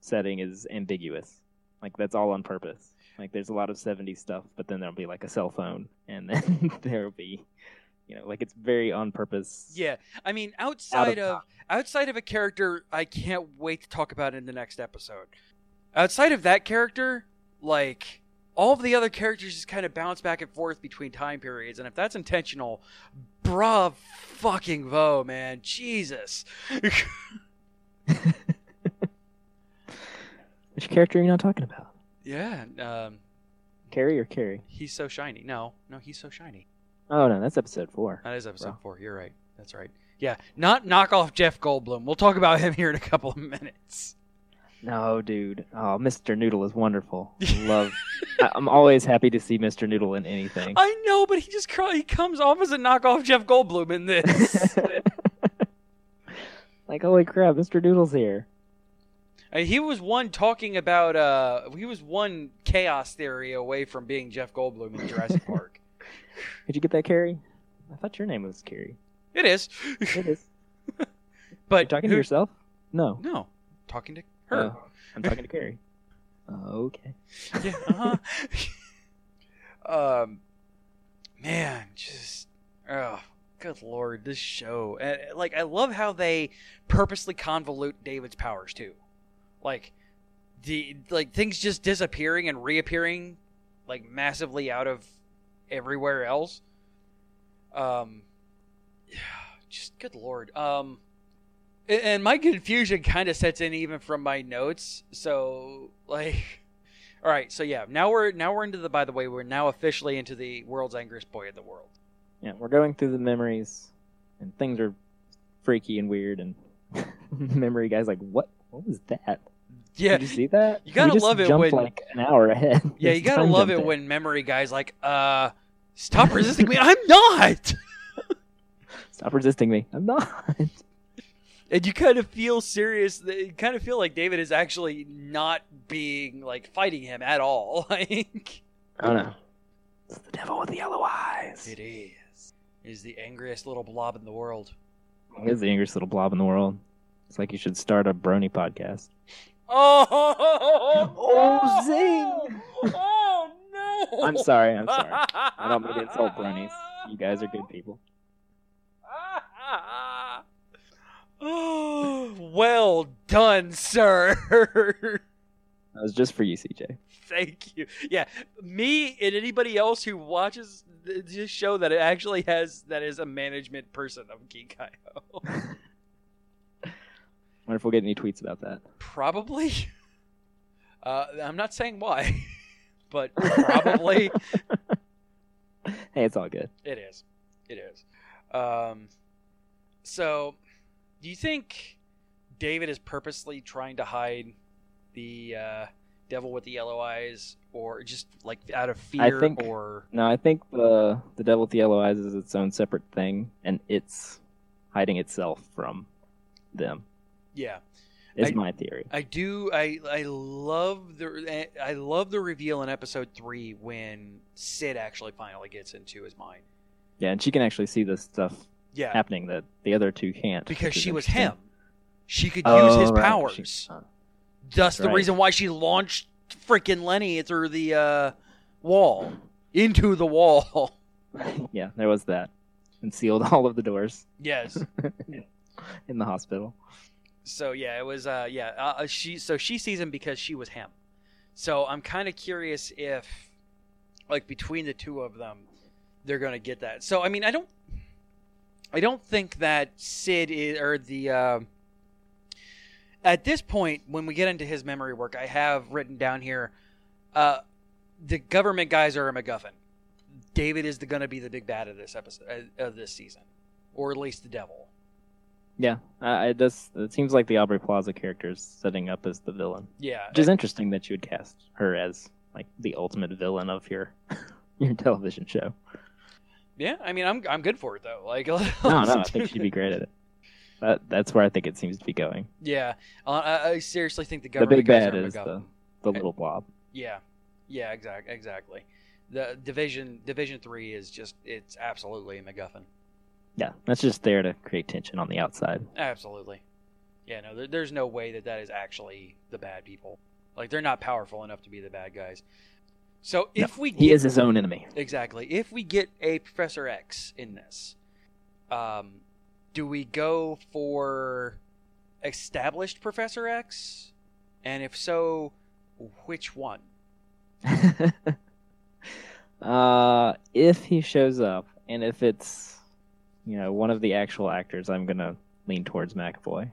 setting is ambiguous. Like that's all on purpose. Like there's a lot of 70s stuff, but then there'll be like a cell phone, and then there'll be, you know, like it's very on purpose.
yeah i mean outside of
time.
outside of a character I can't wait to talk about in the next episode. Outside of that character, like all of the other characters just kind of bounce back and forth between time periods, and if that's intentional, bruh, fucking vo, man, Jesus.
Which character are you not talking about?
yeah, um,
Carrie or Carrie?
he's so shiny. No, no, he's so shiny.
Oh no, that's episode four.
That is episode four. You're right. That's right. Yeah, not knock off Jeff Goldblum. We'll talk about him here in a couple of minutes.
No, dude. Oh, Mr. Noodle is wonderful. I Love. I- I'm always happy to see Mr. Noodle in anything.
I know, but he just cr- he comes off as a knockoff Jeff Goldblum in this.
like, holy crap, Mr. Noodle's here.
Uh, he was one talking about uh he was one chaos theory away from being Jeff Goldblum in Jurassic Park.
Did you get that, Carrie? I thought your name was Carrie.
It is.
It is.
But
You're talking
who-
to yourself? No.
No, talking to her.
Oh, I'm talking to Carrie. Okay.
Yeah. Uh-huh. um man, just oh, good lord, this show. And, like I love how they purposely convolute David's powers too. Like the like things just disappearing and reappearing like massively out of everywhere else. Um, yeah, just good lord. Um, a- and my confusion kind of sets in even from my notes. So like, all right, so yeah, now we're now we're into the. By the way, we're now officially into the world's angriest boy in the world.
Yeah, we're going through the memories, and things are freaky and weird. And memory guy's like, "What? What was that?
Yeah,
Did you see that?
You gotta
we just
love it
jumped
when-
like an hour ahead.
yeah,
This
you gotta
time
love it
jumping.
when memory guys like, uh, stop resisting me. I'm not.
stop resisting me. I'm not.
and you kind of feel serious you kind of feel like david is actually not being like fighting him at all like
Oh no. It's the devil with the yellow eyes.
it is is the angriest little blob in the world
It is the angriest little blob in the world. It's like you should start a brony podcast.
oh,
Oh,
no! oh no
I'm sorry. I'm sorry. I don't mean to insult bronies. You guys are good people.
well done sir
That was just for you, CJ.
Thank you. Yeah, me and anybody else who watches th- this show that it actually has that is a management person of Geek.io.
Wonder if we'll get any tweets about that.
Probably. Uh, I'm not saying why, but probably
Hey, it's all good.
it is. It is. Um, so, do you think David is purposely trying to hide the uh, devil with the yellow eyes, or just like out of
I
fear,
think-
or
No, I think the the devil with the yellow eyes is its own separate thing, and it's hiding itself from them.
yeah?
Is
I-
my theory.
I do. I I love the I love the reveal in episode three when Sid actually finally gets into his mind.
Yeah, and she can actually see this stuff
Yeah,
happening that the other two can't
because
which is
she was
interesting.
him. She could
Oh,
use his
right,
powers.
she- uh,
That's the
right.
reason why she launched freaking Lenny through the uh, wall into the wall.
yeah, there was that, and sealed all of the doors
yes.
in the hospital.
So yeah, it was. Uh, yeah, uh, she. So she sees him because she was him. So I'm kind of curious if, like, between the two of them, they're gonna get that. So I mean, I don't. I don't think that Sid is, or the. Uh, at this point, when we get into his memory work, I have written down here, uh, the government guys are a MacGuffin. David is going to be the big bad of this episode uh, of this season, or at least the devil.
Yeah, uh, it does. It seems like the Aubrey Plaza character is setting up as the villain,
Yeah,
which is interesting that you would cast her as like the ultimate villain of your your television show.
Yeah, I mean, I'm I'm good for it though. Like, no,
No, no, I think she'd be great at it. That, that's where I think it seems to be going.
Yeah, uh, I, I seriously think the
The
government
big
guys
bad
are a
is
MacGuffin.
the, the little blob.
Yeah, yeah, exactly, exactly. The division division three is just it's absolutely a MacGuffin.
Yeah, that's just there to create tension on the outside.
Absolutely. Yeah, no, there, there's no way that that is actually the bad people. Like, they're not powerful enough to be the bad guys. So
No,
if we
He
get
is his own enemy.
Exactly. If we get a Professor X in this, um, do we go for established Professor X? And if so, which one?
uh, if he shows up, and if it's you know one of the actual actors, I'm gonna lean towards McAvoy.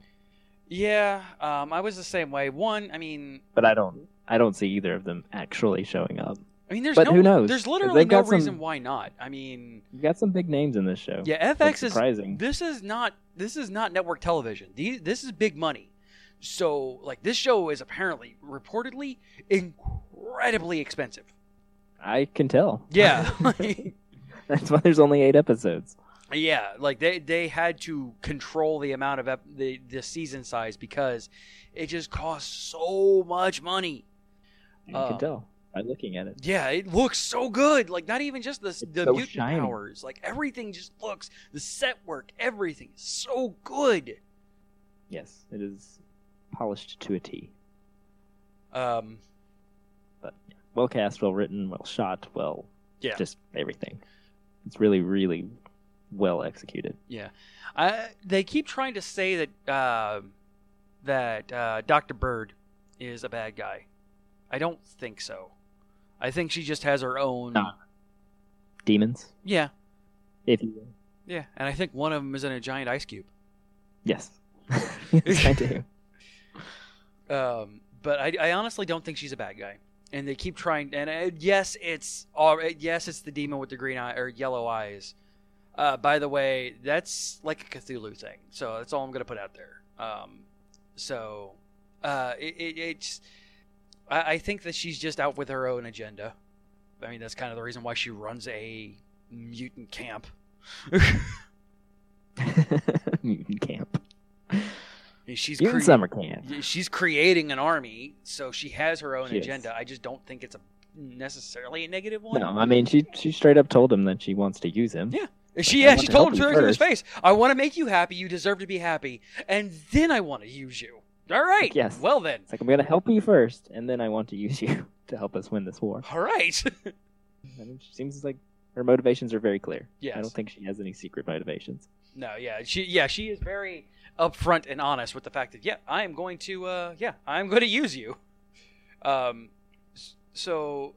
Yeah, um, I was the same way. One, I mean,
But I don't, I don't see either of them actually showing up.
I mean, there's
But
no,
who knows?
There's
They've
literally no
got some-
reason why not. I mean,
We've got some big names in this show.
yeah,
That's
FX is
surprising.
this is not this is not network television. The- This is big money. So, like, this show is apparently, reportedly, incredibly expensive.
I can tell.
Yeah, like-
that's why there's only eight episodes.
yeah. Like they they had to control the amount of ep- the the season size because it just costs so much money.
I
Uh,
can tell by looking at it.
Yeah, it looks so good. Like not even just the the
so
mutant
shiny.
powers. Like everything just looks the set work, everything is so good.
Yes, it is polished to a T.
Um,
Well cast, well written, well shot, well,
Yeah.
just everything. It's really, really well executed.
Yeah, I, they keep trying to say that uh, that uh, Doctor Bird is a bad guy. I don't think so. I think she just has her own.
No. Demons,
Yeah,
if you will.
yeah, and I think one of them is in a giant ice cube.
Yes, yes I do.
Um, but I, I honestly don't think she's a bad guy. And they keep trying. And uh, yes, it's all. uh, Yes, it's the demon with the green eye or yellow eyes. Uh, by the way, that's like a Cthulhu thing. So that's all I'm gonna put out there. Um, so uh, it, it, it's. I, I think that she's just out with her own agenda. I mean, that's kind of the reason why she runs a mutant camp.
Mutant camp.
She's
Mutant
cre-
summer camp.
Yeah, she's creating an army, so she has her own
She is.
agenda. I just don't think it's a necessarily a negative one.
No, I mean she she straight up told him that she wants to use him.
Yeah. She
I
yeah,
want
she
to
told him
help you
straight to his
first.
face. I want to make you happy. You deserve to be happy, and then I want to use you. All right.
Yes.
Well then.
It's like I'm gonna help you first, and then I want to use you to help us win this war.
All right.
I mean, she seems like her motivations are very clear.
yes.
I don't think she has any secret motivations.
No. Yeah. She yeah she is very upfront and honest with the fact that yeah I am going to uh yeah I am going to use you. Um, s- so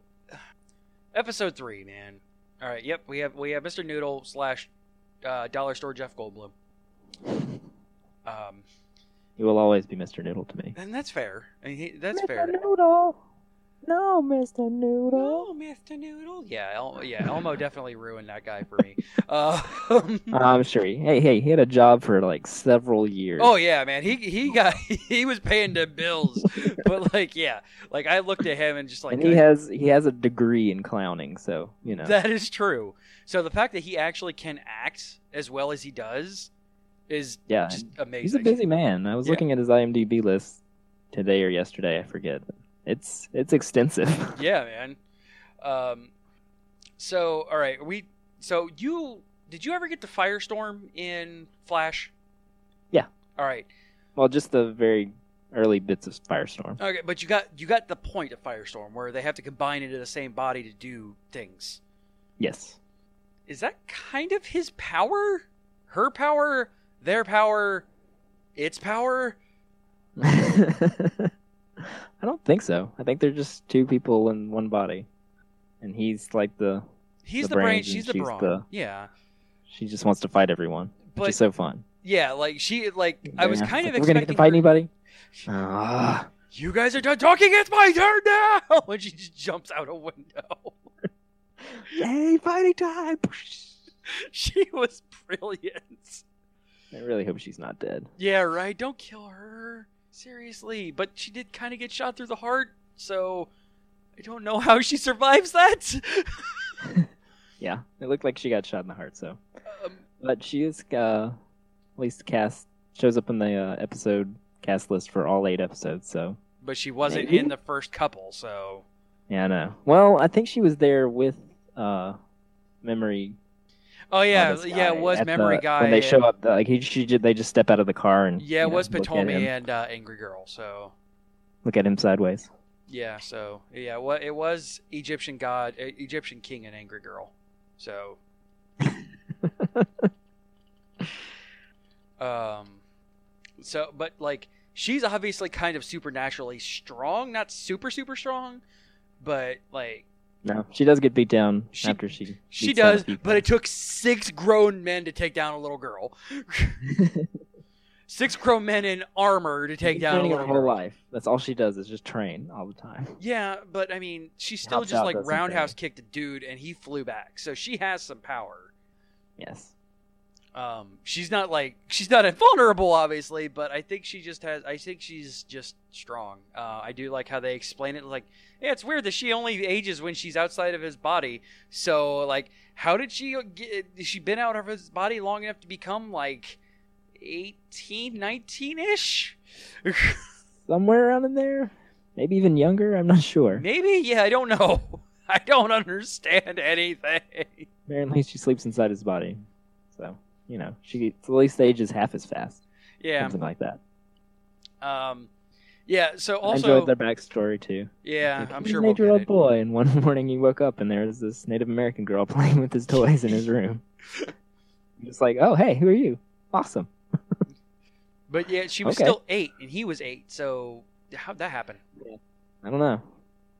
episode three, man. All right. Yep. We have we have Mr. Noodle slash uh, Dollar Store Jeff Goldblum. Um,
He will always be Mr. Noodle to me.
and that's fair. I mean, he, that's fair.
Noodle. No, Mr.
Oh, Mr. Noodle. Yeah, El- yeah. Elmo definitely ruined that guy for me. Um,
I'm sure he. Hey, hey, he had a job for like several years.
oh yeah, man. He he got he was paying the bills, but like yeah, like I looked at him and just like
and he
I-
has he has a degree in clowning, so you know.
that is true. So the fact that he actually can act as well as he does is
yeah,
just
he's a
amazing.
busy man. I was
Yeah.
looking at his IMDb list today or yesterday, I forget. It's it's extensive.
Yeah, man. Um, so all right, we so you did you ever get the firestorm in Flash?
Yeah.
All right.
well, just the very early bits of Firestorm.
Okay, but you got you got the point of Firestorm where they have to combine into the same body to do things.
Yes.
Is that kind of his power? Her power, their power, its power?
I don't think so. I think they're just two people in one body, and he's like the
He's the,
The
brain,
brains and
she's the
she's
brawn.
the-
Yeah.
she just wants to fight everyone, which
But
is so fun.
yeah, like she like I was
Yeah.
kind of
Like, we're
expecting
gonna get to fight
her-
anybody. Ah,
You guys are done talking, it's my turn now and she just jumps out a window.
yay, fighting time!
she was brilliant.
I really hope she's not dead.
Yeah, right. Don't kill her. Seriously. But she did kind of get shot through the heart, so I don't know how she survives that.
Yeah, it looked like she got shot in the heart. So,
Um,
but she is uh, at least cast shows up in the uh, episode cast list for all eight episodes. So
but she wasn't
Maybe.
in the first couple, so
yeah, I know. Well, I think she was there with uh, memory
Oh yeah,
on this
yeah,
guy
it was
at
Memory
the-
Guy.
when they show
and-
up. Like he, she, ju- they just step out of the car and
yeah,
you
it
know,
was
look at
Potomac
him-
and uh, Angry Girl, so
Look at him sideways.
yeah, so yeah, well, it was Egyptian God, uh, Egyptian King and Angry Girl. So um so but like she's obviously kind of supernaturally strong, not super super strong, but like
No, she does get beat down
She-
after she.
she
beats down a
does,
few
but it took six grown men to take down a little girl.
people.
Six grown men in armor to take
She's
down a
training
little
her whole
girl.
life. That's all she does is just train all the time.
Yeah, but I mean, she still
Hops
just
out,
like
doesn't
roundhouse
she?
kicked a dude and he flew back. So she has some power.
Yes.
Um, she's not like she's not invulnerable, obviously, but I think she just has. I think she's just strong. Uh, I do like how they explain it. Like, yeah, it's weird that she only ages when she's outside of his body. So, like, how did she get? Has she been out of his body long enough to become like 18, 19 ish?
Somewhere around in there, maybe even younger. I'm not sure.
Maybe. Yeah, I don't know. I don't understand anything.
Apparently, she sleeps inside his body, so you know she at least ages half as fast,
Yeah.
something like that.
Um. Yeah. So
I
also,
enjoyed their backstory too.
yeah,
Like,
I'm
he's
sure
an
we'll get
eight-year-old
it.
boy, and one morning he woke up and there was this Native American girl playing with his toys in his room. Just like, oh hey, who are you? Awesome.
But yeah, she was
Okay.
still eight, and he was eight. So how'd that happen?
I don't know.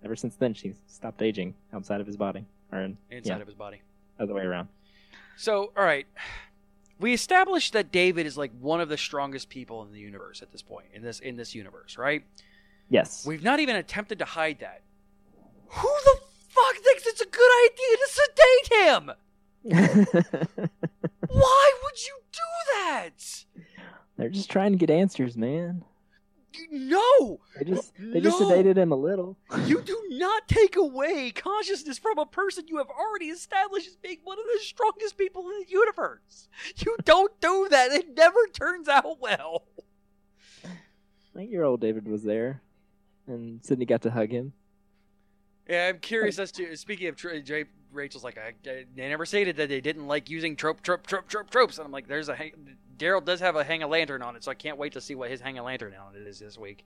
Ever since then, she stopped aging outside of his body, or in,
Inside
Yeah.
of his body.
other way around.
So all right, we established that David is like one of the strongest people in the universe at this point. In this in this universe, right?
Yes.
We've not even attempted to hide that. Who the fuck thinks it's a good idea to sedate him?
They're
Why would you do that?
just trying to get answers, man.
You- No,
They just they just
No.
sedated him a little.
You do not take away consciousness from a person you have already established as being one of the strongest people in the universe. You don't do that. It never turns out well.
Eight year old David was there, and Sydney got to hug him.
Yeah, I'm curious as to speaking of tra- J- Rachel's like I, I- they never stated that they didn't like using trope trope trope trope tropes and I'm like there's a hang- Daryl does have a hang a lantern on it so I can't wait to see what his hang a lantern on it is this week.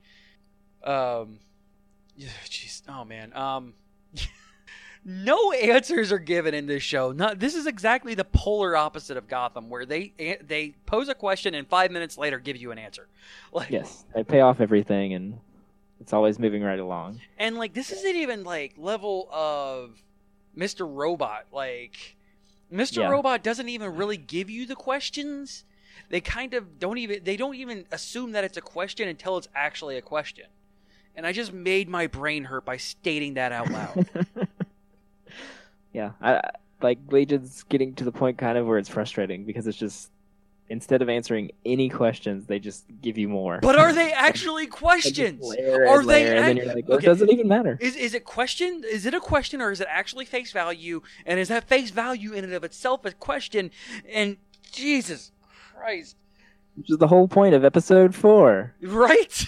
Um yeah, jeez oh man. Um no answers are given in this show. Not this is exactly the polar opposite of Gotham where they they pose a question and 5 minutes later give you an answer. Like
Yes, they pay off everything, and it's always moving right along.
And like this isn't even like level of Mr. Robot. Like Mr.
Yeah.
Robot doesn't even really give you the questions. They kind of don't even they don't even assume that it's a question until it's actually a question. And I just made my brain hurt by stating that out loud.
yeah, I I- like Legion's getting to the point kind of where it's frustrating because it's just instead of answering any questions, they just give you more.
but are they actually
They just
questions?
layer and
Are they
layer, and then
act-
you're like, well,
okay.
it doesn't even matter.
Is is it question? Is it a question or is it actually face value? And is that face value in and of itself a question? And Jesus Christ,
Which is the whole point of episode four.
right?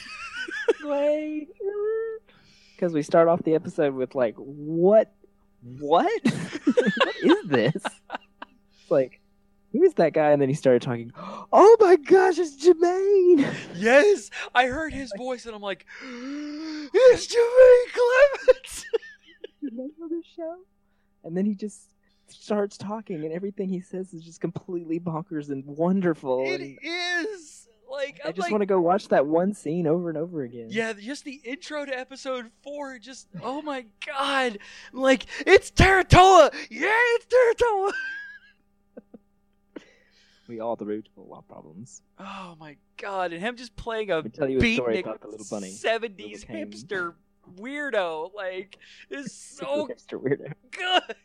Because uh. we start off the episode with like, what, what, what is this? It's like, who is that guy? And then he started talking. Oh my gosh, it's Jermaine.
Yes, I heard his voice, and I'm like, it's Jermaine Clements.
Jermaine on the show. And then he just starts talking, and everything he says is just completely bonkers and wonderful. and
It is like
I
I'm
just
like,
want to go watch that one scene over and over again.
yeah, just the intro to episode four. Just oh my god, I'm like it's Teratoa. Yeah, it's Teratoa.
we all the root of a lot of problems.
Oh my god, and him just playing a
Let me tell you a story about the little bunny.
beatnik seventies
came.
hipster weirdo. Like is so
Hipster weirdo.
good.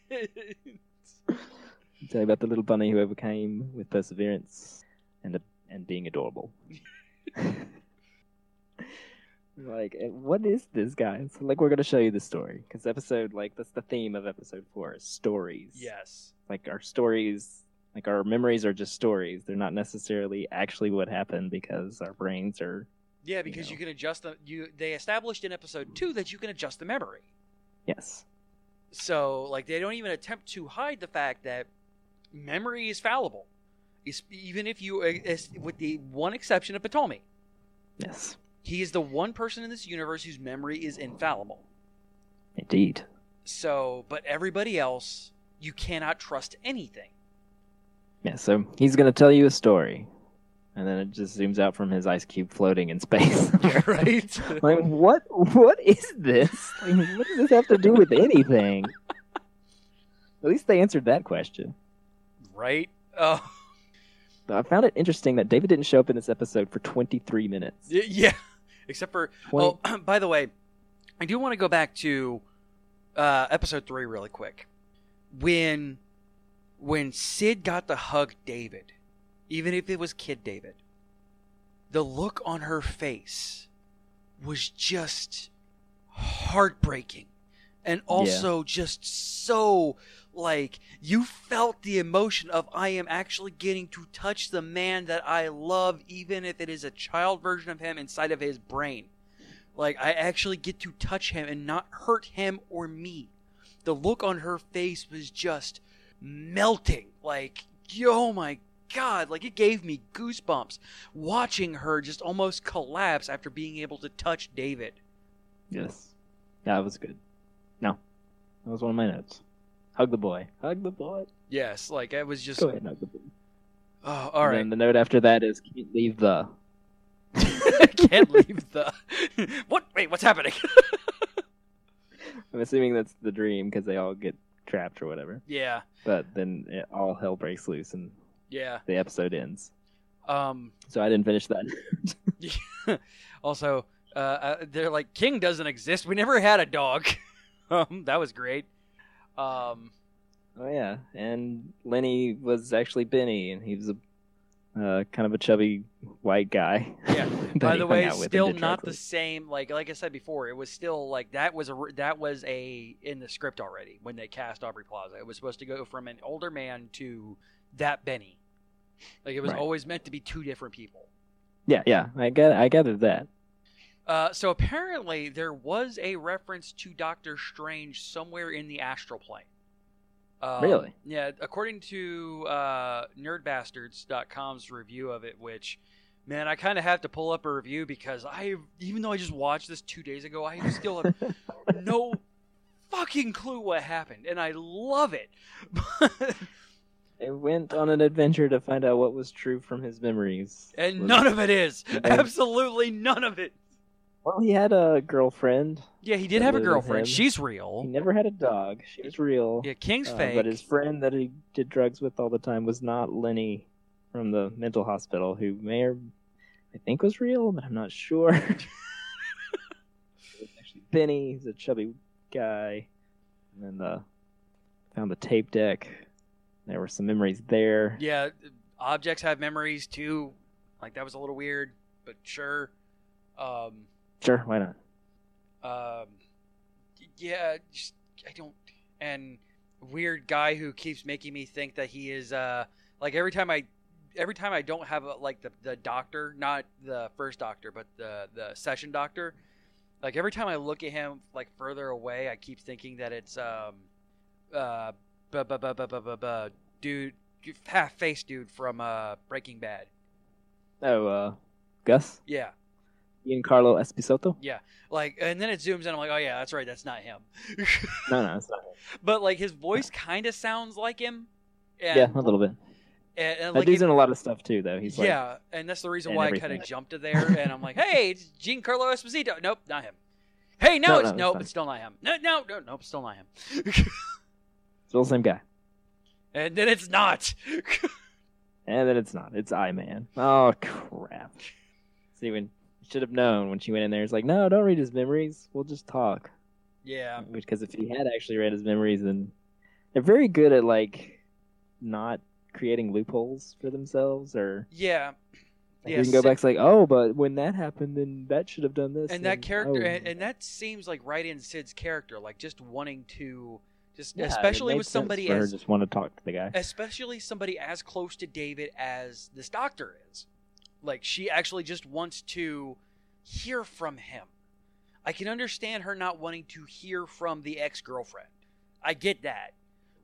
Tell you about the little bunny who overcame with perseverance and and being adorable. like, eh, what is this, guys? Like, we're gonna show you the story because episode like that's the theme of episode four: is stories.
Yes.
like our stories, like our memories are just stories. They're not necessarily actually what happened because our brains are
Yeah,
you
because you,
know.
can adjust the you. They established in episode two that you can adjust the memory.
yes,
So like they don't even attempt to hide the fact that memory is fallible, It's- even if you, uh, it's- with the one exception of Ptolemy,
yes,
he is the one person in this universe whose memory is infallible.
indeed.
So, but everybody else, you cannot trust anything.
Yeah, so he's going to tell you a story. and then it just zooms out from his ice cube floating in space.
right?
like what? What is this? Like, what does this have to do with anything? At least they answered that question.
right? Oh,
But I found it interesting that David didn't show up in this episode for 23 minutes.
y- yeah. Except for
Twenty-
Oh, by the way, I do want to go back to uh, episode three really quick. When when Sid got to hug David, even if it was Kid David, the look on her face was just heartbreaking, and also just so like you felt the emotion of I am actually getting to touch the man that I love, even if it is a child version of him inside of his brain. Like, I actually get to touch him and not hurt him or me. The look on her face was just melting. Like, oh my God. Like, it gave me goosebumps watching her just almost collapse after being able to touch David.
Yes. That was good. No. That was one of my notes. Hug the boy. Hug the boy.
Yes, like, it was just.
Go ahead and hug the boy.
Oh, all right.
And then the note after that is can't leave the.
Can't leave the. what? Wait, what's happening?
I'm assuming that's the dream because they all get trapped or whatever.
yeah,
But then it, all hell breaks loose and
yeah.
the episode ends.
Um.
So I didn't finish that.
Also, uh, uh, they're like King doesn't exist. We never had a dog. um, that was great. Um,
Oh yeah, and Lenny was actually Benny, and he was a uh, kind of a chubby white guy.
Yeah.
that
by
he
the
hung
way,
out with in
still
Detroit
not the
Police.
same. Like like I said before, it was still like that was a that was a in the script already when they cast Aubrey Plaza. It was supposed to go from an older man to that Benny. Like it was
Right.
always meant to be two different people.
Yeah, yeah. I got, I gathered that.
Uh, so apparently there was a reference to Doctor Strange somewhere in the astral plane. Um,
Really?
Yeah, according to uh, nerdbastards.com's review of it, which, man, I kind of have to pull up a review because I, even though I just watched this two days ago, I still have no fucking clue what happened, and I love it.
They went on an adventure to find out what was true from his memories.
and
Was-
none of it is.
Yeah.
Absolutely none of it.
Well, he had a girlfriend.
Yeah, he did
That
have a
lived with
girlfriend.
him.
She's
He
real.
never had a dog. She was real.
Yeah, King's
Uh,
fake.
But his friend that he did drugs with all the time was not Lenny from the mental hospital, who may or I think was real, but I'm not sure. It was actually Benny, he's a chubby guy. And then uh, found the tape deck. There were some memories there.
Yeah, objects have memories too. Like that was a little weird, but sure. Um,
Sure, why not?
um, y- yeah, just, I don't. And weird guy who keeps making me think that he is uh like every time I every time I don't have a, like the the doctor, not the first doctor, but the the session doctor. Like every time I look at him like further away, I keep thinking that it's um uh bu- bu- bu- bu- bu- bu- bu- dude half face dude from uh Breaking Bad.
Oh, uh, Gus?
Yeah.
Giancarlo Esposito?
Like and then it zooms in I'm like, "Oh yeah, that's right. That's not him."
No, no, it's not. him.
but like his voice kind of sounds like him. And,
yeah, a little bit.
And, and,
That
like
dude's
it-
in a lot of stuff too, though. He's like,
yeah, and that's the reason
and
why I
everything.
kind of jumped to there, and I'm like, hey, it's Giancarlo Esposito. Nope, not him. Hey, no,
No,
it's nope,
no, it's not.
it's still not him. No, no, no, nope, still not him.
still the same guy.
and then it's not.
And Eh, then it's not. It's I Man. Oh crap. See when should have known when she went in there. It's like, no, don't read his memories. We'll just talk.
yeah,
Because if he had actually read his memories, then they're very good at like not creating loopholes for themselves. Or
yeah,
like,
yeah.
you can go
Sid-
back. It's like, oh, but when that happened, then that should have done this.
and that character,
oh.
and, and that seems like right in Sid's character, like just wanting to, just
Yeah, it
especially
made
with
sense
somebody
for her
as
just want to talk to the guy.
especially somebody as close to David as this doctor is. Like she actually just wants to hear from him. I can understand her not wanting to hear from the ex-girlfriend. I get that.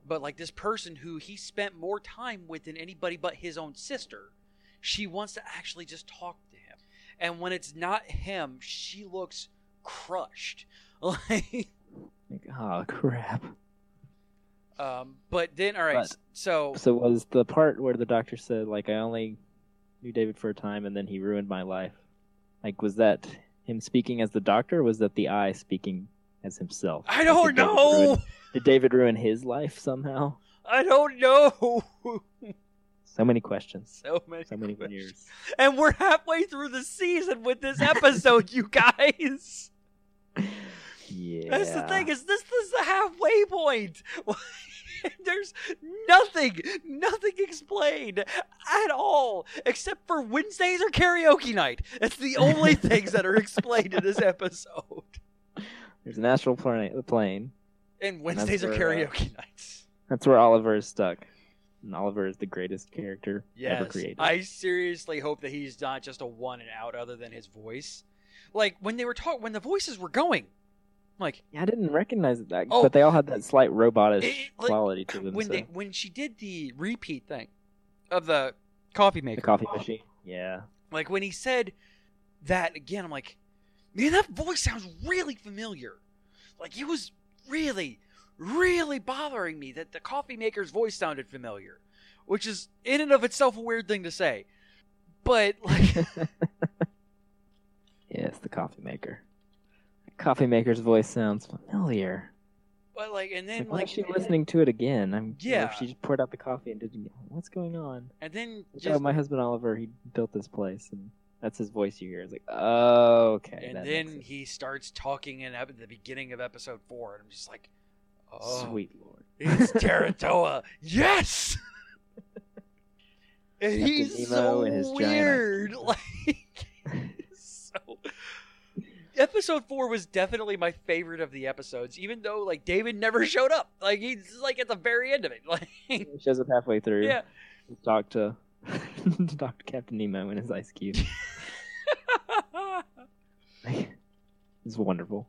But like this person who he spent more time with than anybody but his own sister, she wants to actually just talk to him. And when it's not him, she looks crushed. Like
Like, oh crap.
um but then all right,
But-
so
So was the part where the doctor said, like, I only knew David for a time, and then he ruined my life. Like, was that him speaking as the doctor? Or was that the eye speaking as himself?
I
Like,
don't
did David
know.
ruin- did David ruin his life somehow?
I don't know.
So many questions.
so many,
So many
questions.
years.
And we're halfway through the season with this episode, you guys.
Yeah.
That's the thing is this, this is the halfway point. There's nothing, nothing explained at all, except for Wednesdays or karaoke night. It's the only things that are explained in this episode.
There's an astral plane. plane.
And Wednesdays are
where, uh,
karaoke nights.
That's where Oliver is stuck. And Oliver is the greatest character ever
Yes,
created.
I seriously hope that he's not just a one and out, other than his voice. Like when they were taught, when the voices were going, like
Yeah, I didn't recognize it that,
Oh.
but they all had that slight robotish
It- it- like,
quality to them.
when
so-
they when she did the repeat thing of the coffee maker,
the coffee machine. Yeah.
Like when he said that again, I'm like, man, that voice sounds really familiar. Like it was really, really bothering me that the coffee maker's voice sounded familiar, which is in and of itself a weird thing to say. But like,
Yes, the coffee maker. Coffee maker's voice sounds familiar.
but like, and then
Like, why
like,
is she listening to it again? I'm you know,
Yeah.
if she just poured out the coffee and didn't. What's going on?
and then
Like,
just
oh, my husband Oliver, he built this place, and that's his voice you hear. It's like, oh, okay.
and
that
then
makes
he starts talking in ep- the beginning of episode four, and I'm just like,
sense.
oh,
sweet lord,
It's Teratoa. yes. And
Captain
he's
Nemo
so
and his giant ice
weird.
cream.
Like so. Episode four was definitely my favorite of the episodes, even though like David never showed up. Like he's like at the very end of it. Like
he shows up halfway through.
yeah,
to talk to to talk to Captain Nemo and his ice cube. it's wonderful.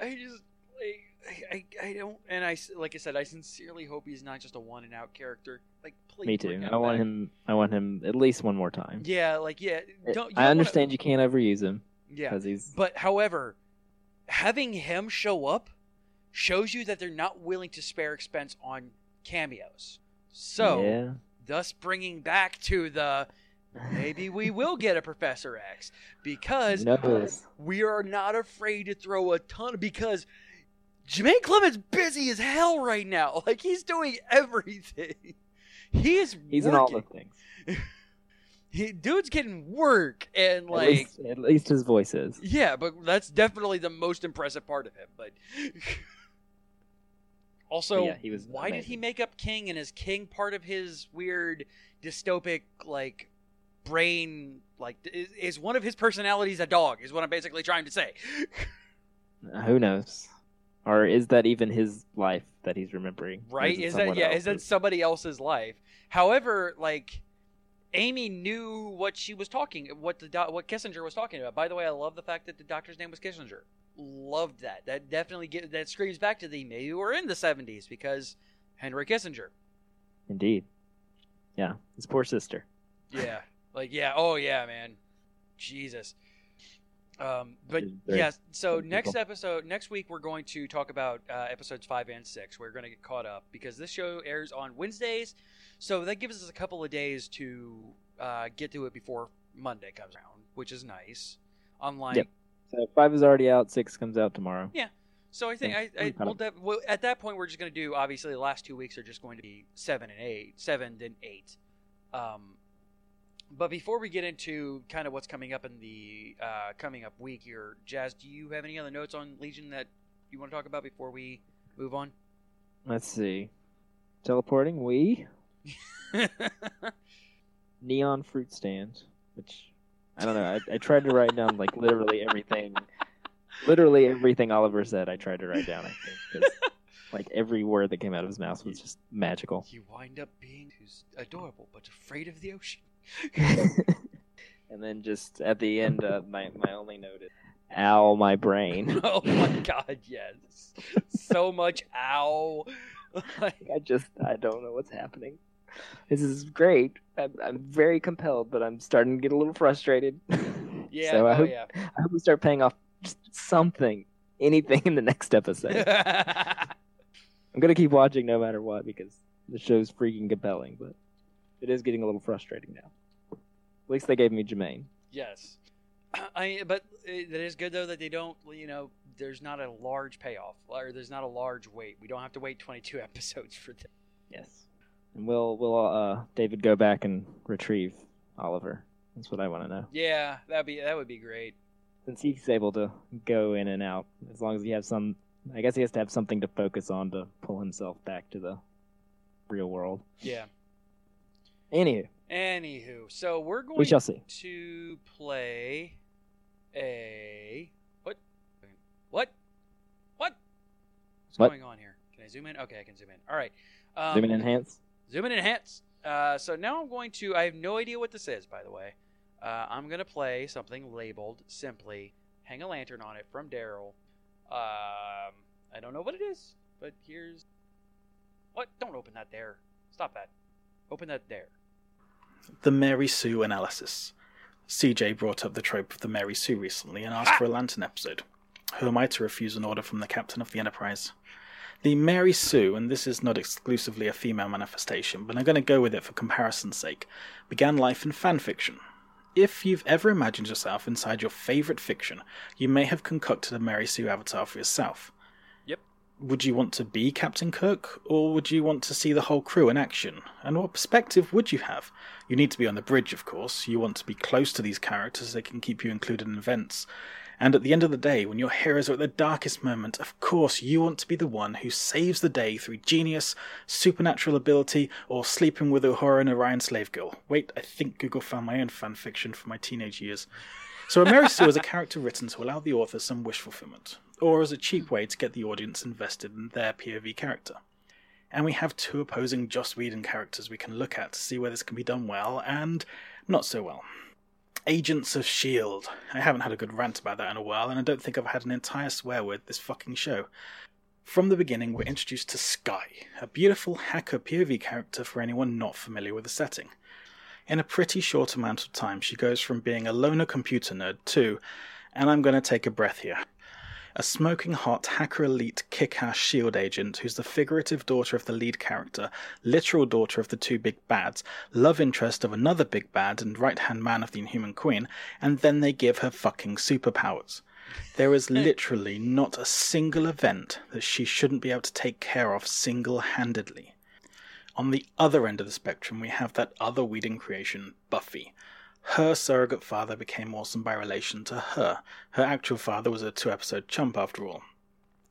I just like I, I I don't and I s- like I said I sincerely hope he's not just a one and out character. Like please,
Me
bring
too.
him
I want
back.
him. I want him at least one more time.
Yeah, like yeah.
It-
Don't, you
I
don't
understand you can't overuse him
Wanna, yeah,
because he's
But however, having him show up shows you that they're not willing to spare expense on cameos. So,
yeah.
thus bringing back to the maybe we will get a Professor X because
Notice.
we are not afraid to throw a ton because Jermaine Clements busy as hell right now. Like he's doing everything. He is
He's in all
working.
the things.
he, dude's getting work and
At
like
least- at, least, his voice is.
Yeah, but that's definitely the most impressive part of him. But also,
But yeah, he was
why did he
amazing.
make up King? And is King part of his weird dystopic like brain? Like, is, is one of his personalities a dog? Is what I'm basically trying to say.
Who knows? Or is that even his life that he's remembering? Or
Right?
it
Is that
someone
yeah? Is that
else's?
somebody else's life? However, like. Amy knew what she was talking, what the doc- what Kissinger was talking about. By the way, I love the fact that the doctor's name was Kissinger. Loved that. That definitely get, that screams back to the maybe we're in the '70s because Henry Kissinger.
Indeed. Yeah. His poor sister.
Yeah, like yeah, oh yeah, man, Jesus. Um, but
Is there-
yeah, so
people.
next episode, next week, we're going to talk about uh, episodes five and six. We're going to get caught up because this show airs on Wednesdays, so that gives us a couple of days to uh, get to it before Monday comes around, which is nice. Online,
Yep. So five is already out. Six comes out tomorrow.
so I think
Yeah,
I,
I'm
I
kind
we'll
of-
def- well, at that point we're just going to do obviously the last two weeks are just going to be seven and eight, seven then eight. Um, but before we get into kind of what's coming up in the uh, coming up week here, Jazz, do you have any other notes on Legion that you want to talk about before we move on?
Let's see. Teleporting. We neon fruit stand, which I don't know. I, I tried to write down like literally everything, literally everything Oliver said. I tried to write down. I think 'cause, like every word that came out of his mouth was just magical.
you wind up being who's adorable but afraid of the ocean.
and then just at the end, uh, my my only note is, "Ow, my brain."
oh my god, yes, so much ow.
I just I don't know what's happening. This is great. I'm, I'm very compelled, but I'm starting to get a little frustrated.
yeah,
So I
oh
hope
yeah.
I hope we start paying off just something, anything in the next episode. I'm gonna keep watching no matter what because the show's freaking compelling, but it is getting a little frustrating now. At least they gave me Jermaine.
Yes.
I but it it is good though that they don't you know there's not a large payoff or there's not a large wait. We don't have to wait 22 episodes for this.
Yes. And we'll we'll uh David go back and retrieve Oliver. That's what I want to know.
Yeah, that'd be that would be great.
Since he's able to go in and out, as long as he has some, I guess he has to have something to focus on to pull himself back to the real world.
Yeah.
Anywho,
Anywho, so we're going
we shall see.
to play a what? What? What? What's
What?
going on here? Can I zoom in? Okay, I can zoom in. All right. Um,
Zoom in, enhance.
Zoom in, enhance. Uh, so now I'm going to. I have no idea what this is, by the way. Uh, I'm going to play something labeled simply "Hang a Lantern on It" from Daryl. Um, I don't know what it is, but here's what. Don't open that there. Stop that. Open that there.
The Mary Sue analysis. CJ brought up the trope of the Mary Sue recently and asked for a Lantern episode. Who am I to refuse an order from the captain of the Enterprise? The Mary Sue, and this is not exclusively a female manifestation, but I'm going to go with it for comparison's sake, began life in fan fiction. If you've ever imagined yourself inside your favourite fiction, you may have concocted a Mary Sue avatar for yourself.
Yep.
Would you want to be Captain Kirk, or would you want to see the whole crew in action? And what perspective would you have? You need to be on the bridge, of course. You want to be close to these characters so they can keep you included in events. And at the end of the day, when your heroes are at their darkest moment, of course you want to be the one who saves the day through genius, supernatural ability, or sleeping with Uhura and Orion Slave Girl. Wait, I think Google found my own fan fiction from my teenage years. So a Mary Sue is a character written to allow the author some wish fulfillment, or as a cheap way to get the audience invested in their POV character. And we have two opposing Joss Whedon characters we can look at to see where this can be done well and not so well. Agents of S.H.I.E.L.D. I haven't had a good rant about that in a while, and I don't think I've had an entire swear word this fucking show. From the beginning, we're introduced to Sky, a beautiful hacker POV character for anyone not familiar with the setting. In a pretty short amount of time, she goes from being a loner computer nerd to, and I'm going to take a breath here, a smoking hot hacker elite kick ass shield agent who's the figurative daughter of the lead character, literal daughter of the two big bads, love interest of another big bad and right hand man of the Inhuman Queen, and then they give her fucking superpowers. There is literally not a single event that she shouldn't be able to take care of single handedly. On the other end of the spectrum, we have that other Whedon creation, Buffy. Her surrogate father became awesome by relation to her. Her actual father was a two episode chump, after all.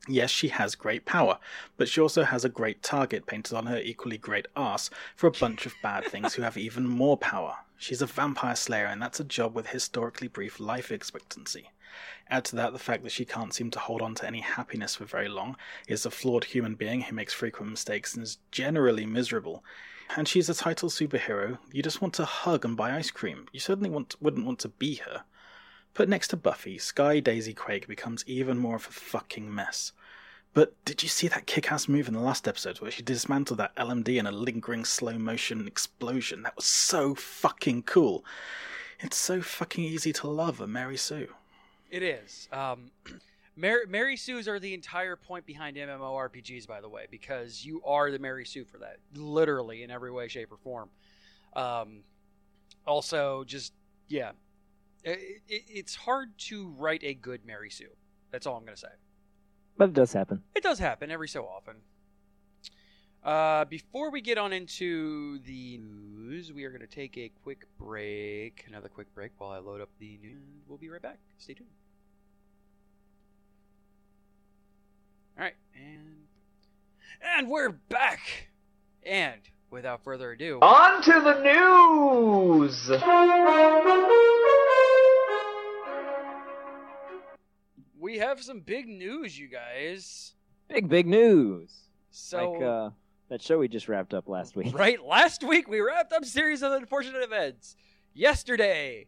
Yes, she has great power, but she also has a great target painted on her equally great ass for a bunch of bad things who have even more power. She's a vampire slayer, and that's a job with historically brief life expectancy. Add to that the fact that she can't seem to hold on to any happiness for very long, is a flawed human being who makes frequent mistakes and is generally miserable. And she's a title superhero. You just want to hug and buy ice cream. You certainly want, wouldn't want to be her. But next to Buffy, Sky Daisy Quake becomes even more of a fucking mess. But did you see that kick ass move in the last episode where she dismantled that LMD in a lingering slow motion explosion? That was so fucking cool. It's so fucking easy to love a Mary Sue.
It is. Um, Mary, Mary Sue's are the entire point behind MMORPGs, by the way, because you are the Mary Sue for that, literally in every way, shape, or form. Um, also, just yeah, it, it, it's hard to write a good Mary Sue. That's all I'm gonna say.
But it does happen.
It does happen every so often. Uh, before we get on into the news, we are going to take a quick break. Another quick break while I load up the news. We'll be right back. Stay tuned. All right, and and we're back. And without further ado,
On to the news!
we have some big news, you guys.
Big big news.
So
like uh, that show we just wrapped up last week.
Right? Last week we wrapped up series of unfortunate events. Yesterday,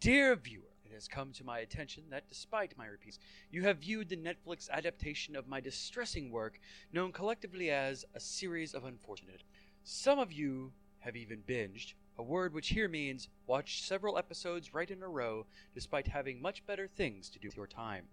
dear viewer, it has come to my attention that despite my repeats, you have viewed the Netflix adaptation of my distressing work, known collectively as A Series of Unfortunate. Some of you have even binged, a word which here means watched several episodes right in a row despite having much better things to do with your time.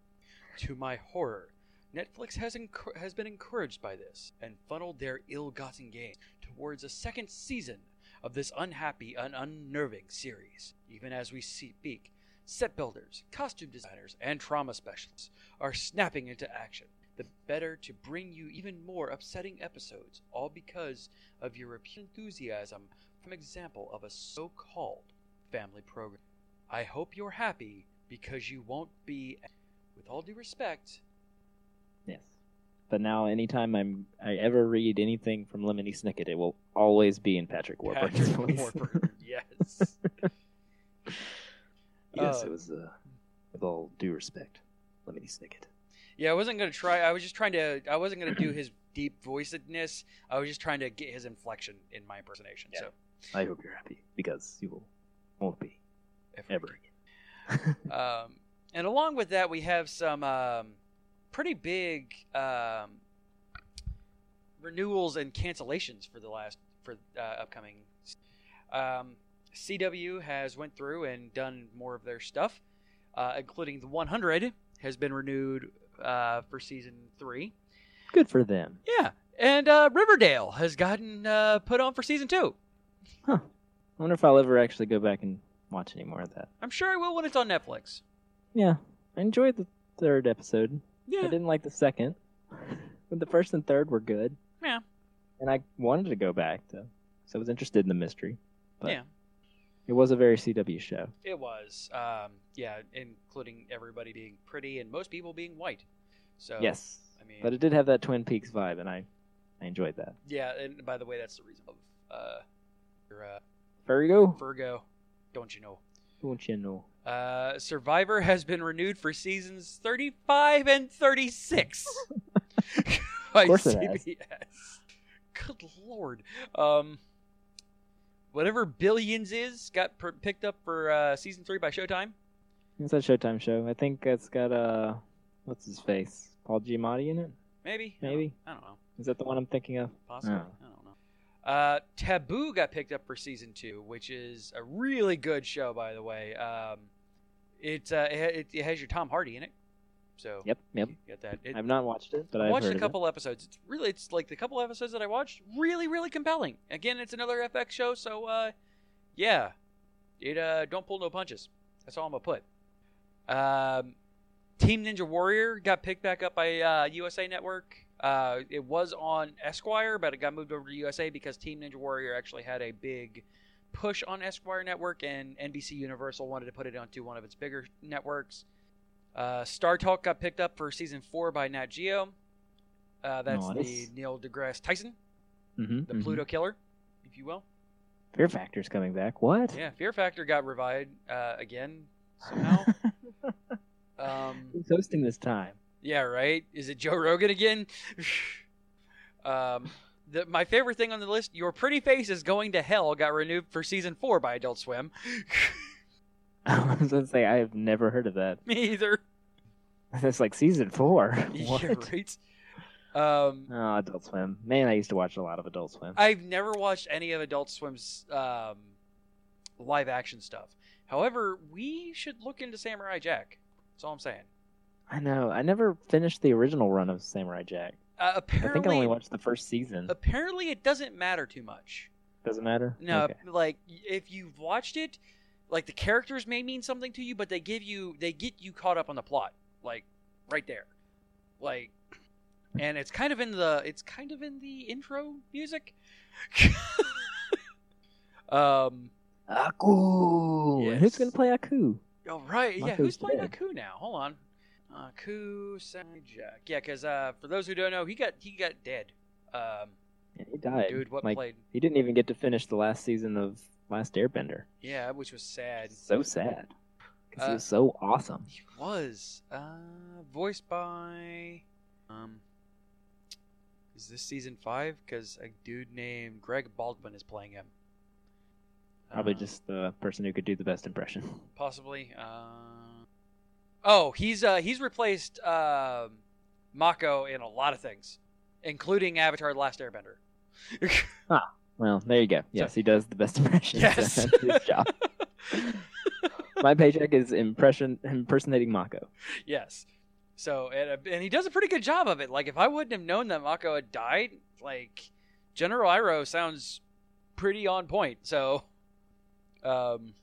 To my horror, Netflix has, encour- has been encouraged by this and funneled their ill gotten gains towards a second season of this unhappy and unnerving series. Even as we speak, set builders, costume designers, and trauma specialists are snapping into action. The better to bring you even more upsetting episodes, all because of your repeated enthusiasm from example of a so-called family program. I hope you're happy because you won't be. With all due respect,
Yes. But now, anytime I'm I ever read anything from Lemony Snicket, it will always be in Patrick Warburton's
Patrick
voice.
Warburton. Yes.
yes,
Uh,
it was uh, with all due respect, Lemony Snicket.
yeah, I wasn't gonna try. I was just trying to. I wasn't gonna do his deep voicedness. I was just trying to get his inflection in my impersonation.
Yeah.
So
I hope you're happy because you will won't be
if we
ever again.
Um, and along with that, we have some um, pretty big um, renewals and cancellations for the last for uh, upcoming. Um, CW has went through and done more of their stuff, uh, including the 100 has been renewed uh, for season three.
Good for them.
Yeah, and uh, Riverdale has gotten uh, put on for season two.
I wonder if I'll ever actually go back and watch any more of that.
I'm sure I will when it's on Netflix.
Yeah, I enjoyed the third episode. I
Yeah,
didn't like the second, but the first and third were good.
Yeah.
And I wanted to go back though, so I was interested in the mystery. But
Yeah.
It was a very CW show.
It was, um, yeah, including everybody being pretty and most people being white. So
yes.
I mean,
But it did have that Twin Peaks vibe, and I, I enjoyed that.
yeah, and by the way, that's the reason of uh, your uh,
Virgo,
Virgo, don't you know?
don't you know?
Uh, Survivor has been renewed for seasons thirty-five and thirty-six. By
course it has.
CBS. Good lord. Um, whatever Billions is got per- picked up for uh, season three by Showtime.
It's that Showtime show. I think it's got uh, what's his face, Paul Giamatti in it.
Maybe.
Maybe
I don't know.
is that the one I'm thinking of?
Possibly.
Oh.
I don't know. Uh, Taboo got picked up for season two, which is a really good show, by the way. Um, it, uh, it ha- it it has your Tom Hardy in it, so
Yep, yep.
you get that. It,
I've not watched it, but I've
watched
heard
a
of it.
couple episodes. It's really it's like the couple episodes that I watched, really really compelling. Again, it's another FX show, so uh, yeah, it uh, don't pull no punches. That's all I'm gonna put. Um, Team Ninja Warrior got picked back up by uh, USA Network. Uh, it was on Esquire, but it got moved over to USA because Team Ninja Warrior actually had a big push on Esquire Network, and NBC Universal wanted to put it onto one of its bigger networks. Uh, Star Talk got picked up for season four by Nat Geo. Uh, that's
Nice.
the Neil deGrasse Tyson,
Mm-hmm,
the Pluto killer, if you will.
Fear Factor's coming back. What?
Yeah, Fear Factor got revived uh, again somehow. um,
Who's hosting this time?
Yeah, right. Is it Joe Rogan again? um, the, my favorite thing on the list: "Your Pretty Face is Going to Hell" got renewed for season four by Adult Swim.
I was gonna say I have never heard of that.
Me either.
It's like season four. what?
Yeah, right. Um,
Oh, Adult Swim. Man, I used to watch a lot of Adult Swim.
I've never watched any of Adult Swim's um, live action stuff. However, we should look into Samurai Jack. That's all I'm saying.
I know. I never finished the original run of Samurai Jack.
Uh,
I think I only
apparently, uh,
watched the first season.
apparently, it doesn't matter too much.
Doesn't matter.
No,
Okay.
like if you've watched it, like the characters may mean something to you, but they give you they get you caught up on the plot, like right there, like, and it's kind of in the it's kind of in the intro music. um.
Aku. And who's
Yes.
gonna play Aku?
Oh right, yeah.
Mako's
Who's playing
dead.
Aku now? Hold on, Aku Samurai Jack. Yeah, because uh, for those who don't know, he got he got dead. Um,
And he died.
dude, what
like,
played?
He didn't even get to finish the last season of Last Airbender.
Yeah, which was sad.
So sad. 'Cause
Uh,
he was so awesome.
He was uh, voiced by. Um, is this season five? Because a dude named Greg Baldwin is playing him.
Probably
Uh,
just the person who could do the best impression.
possibly. Uh, oh, he's uh, he's replaced um Mako in a lot of things, including Avatar: The Last Airbender.
Well, there you go. Yes, he does the best impression.
Yes.
That's his job. My paycheck is impression impersonating Mako.
yes. So and, uh, and he does a pretty good job of it. Like if I wouldn't have known that Mako had died, like General Iroh sounds pretty on point. So, um,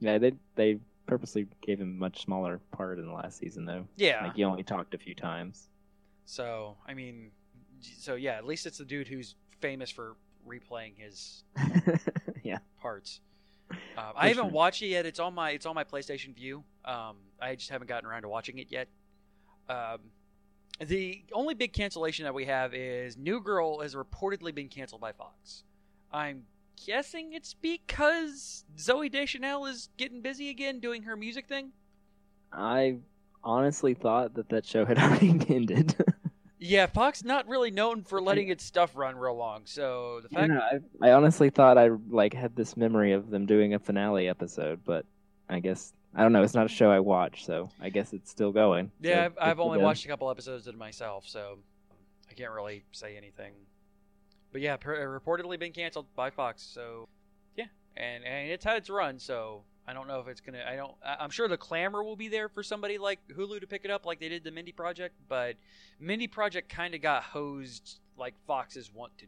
Yeah, they they purposely gave him a much smaller part in the last season though.
yeah.
Like he only talked a few times.
So I mean, so yeah. At least it's the dude who's famous for replaying his
yeah.
parts. Um, I
For
haven't
sure.
watched it yet. It's on my it's on my PlayStation View. Um, I just haven't gotten around to watching it yet. Um, the only big cancellation that we have is New Girl has reportedly been canceled by Fox. I'm guessing it's because Zoe Deschanel is getting busy again doing her music thing.
I honestly thought that that show had already ended.
Yeah, Fox not really known for letting its stuff run real long. So the
I,
fact,
I, I honestly thought I like had this memory of them doing a finale episode, but I guess I don't know. It's not a show I watch, so I guess it's still going. So
yeah, I've,
good
I've
for
only
them.
watched a couple episodes of it myself, so I can't really say anything. But yeah, per- reportedly been canceled by Fox. So yeah, and and it's had its run. So I don't know if it's gonna. I don't. I- I'm sure the clamor will be there for somebody like Hulu to pick it up, like they did the Mindy Project. But Mindy Project kind of got hosed, like Foxes want to.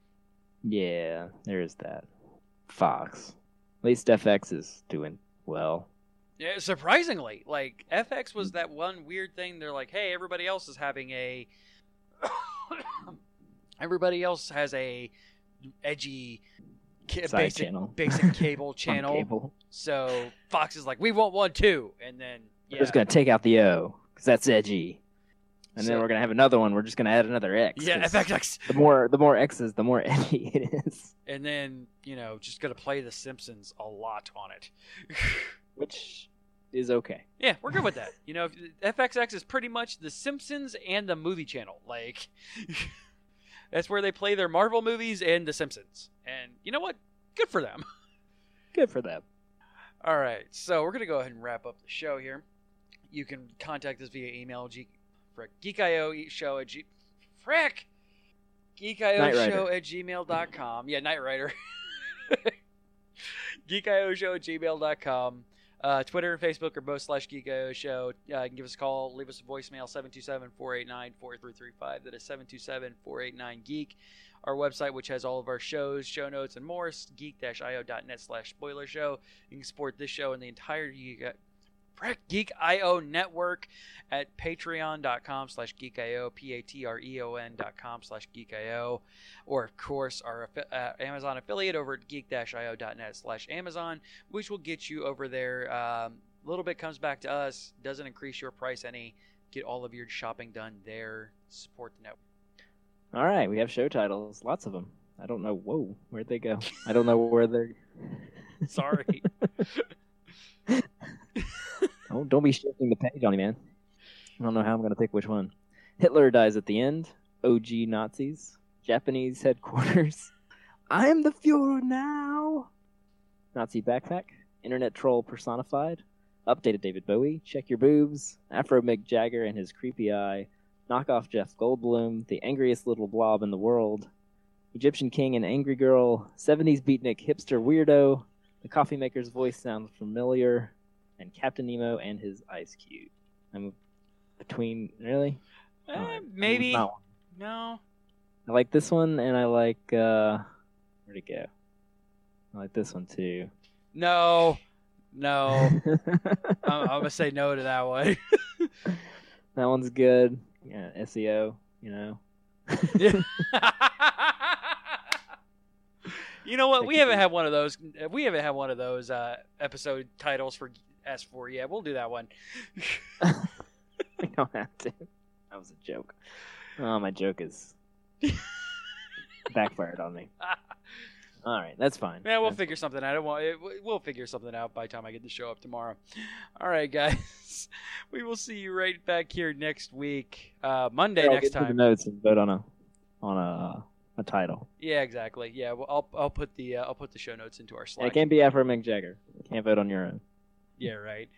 Yeah, there is that. Fox. At least FX is doing well.
Yeah, surprisingly, like FX
Mm.
was that one weird thing. They're like, hey, everybody else is having a, everybody else has a edgy, ca-
Side
basic
channel.
basic cable
On
channel.
cable.
So Fox is like, we want one too, and then yeah,
We're just gonna take out the O because that's edgy, and
So-
then we're gonna have another one. We're just gonna add another X.
yeah,
'cause
FX,
The more the more X's, the more edgy it is.
and then you know, just gonna play The Simpsons a lot on it.
Which is okay.
yeah, we're good with that. You know, if- FXX is pretty much The Simpsons and the Movie Channel. Like, that's where they play their Marvel movies and The Simpsons. And you know what? Good for them.
Good for them.
All right, so we're gonna go ahead and wrap up the show here. You can contact us via email, geek, frick, geekio show at g, frick, geekio
Knight Rider.
show at gmail.com. Yeah, Knight Rider. geekio show at gmail.com. Uh, Twitter and Facebook are both slash geekio show. Uh, you can give us a call, leave us a voicemail, 727-489-4335. That is 727-489-geek. Our website, which has all of our shows, show notes, and more, is geek-io.net slash spoiler show. You can support this show and the entire Geek, Frick, Geek IO network at patreon.com slash geekio, P-A-T-R-E-O-N E dot com slash geekio, or of course our affi- uh, Amazon affiliate over at geek-io.net slash Amazon, which will get you over there. A little bit comes back to us, doesn't increase your price any. Get all of your shopping done there. Support the network.
All right, we have show titles, lots of them. I don't know. Whoa, where'd they go? I don't know where they're.
Sorry.
Don't don't be shifting the page on me, man. I don't know how I'm gonna pick which one. Hitler dies at the end. OG Nazis. Japanese headquarters. I am the Fuhrer now. Nazi backpack. Internet troll personified. Updated David Bowie. Check your boobs. Afro Mick Jagger and his creepy eye. Knock off Jeff Goldblum. The angriest little blob in the world. Egyptian king and angry girl. 70s beatnik hipster weirdo. The coffee maker's voice sounds familiar and Captain Nemo and his ice cube. I'm between really
Eh,
All right. I'm
maybe.
with that one.
No.
I like this one and I like uh where'd it go? I like this one too.
No. No.
that
I'm, I'm going to say no to that one.
one's good. Yeah, SEO, you know.
you know what?
That
We
could
haven't
be-
had one of those. We haven't had one of those uh, episode titles for S4 yet. We'll do that one.
I don't have to. That was a joke. Oh, my joke is backfired on me. All right, that's fine.
Yeah, we'll
That's-
figure something out. It won't- it- We'll figure something out by the time I get the show up tomorrow. All right, guys. We will see you right back here next week, uh, Monday
I'll
next
get to
time.
The notes and vote on a on a a title.
Yeah, exactly. Yeah, well, I'll I'll put the uh, I'll put the show notes into our
And
Slack.
it can't be Afro Mick Jagger. You can't vote on your own.
Yeah, right.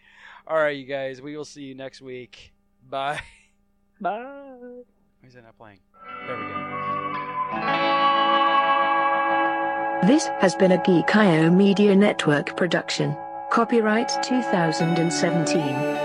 All right, you guys. We will see you next week. Bye.
Bye.
Why is it not playing? There we go.
This has been a Geek IO Media Network production. Copyright 2017.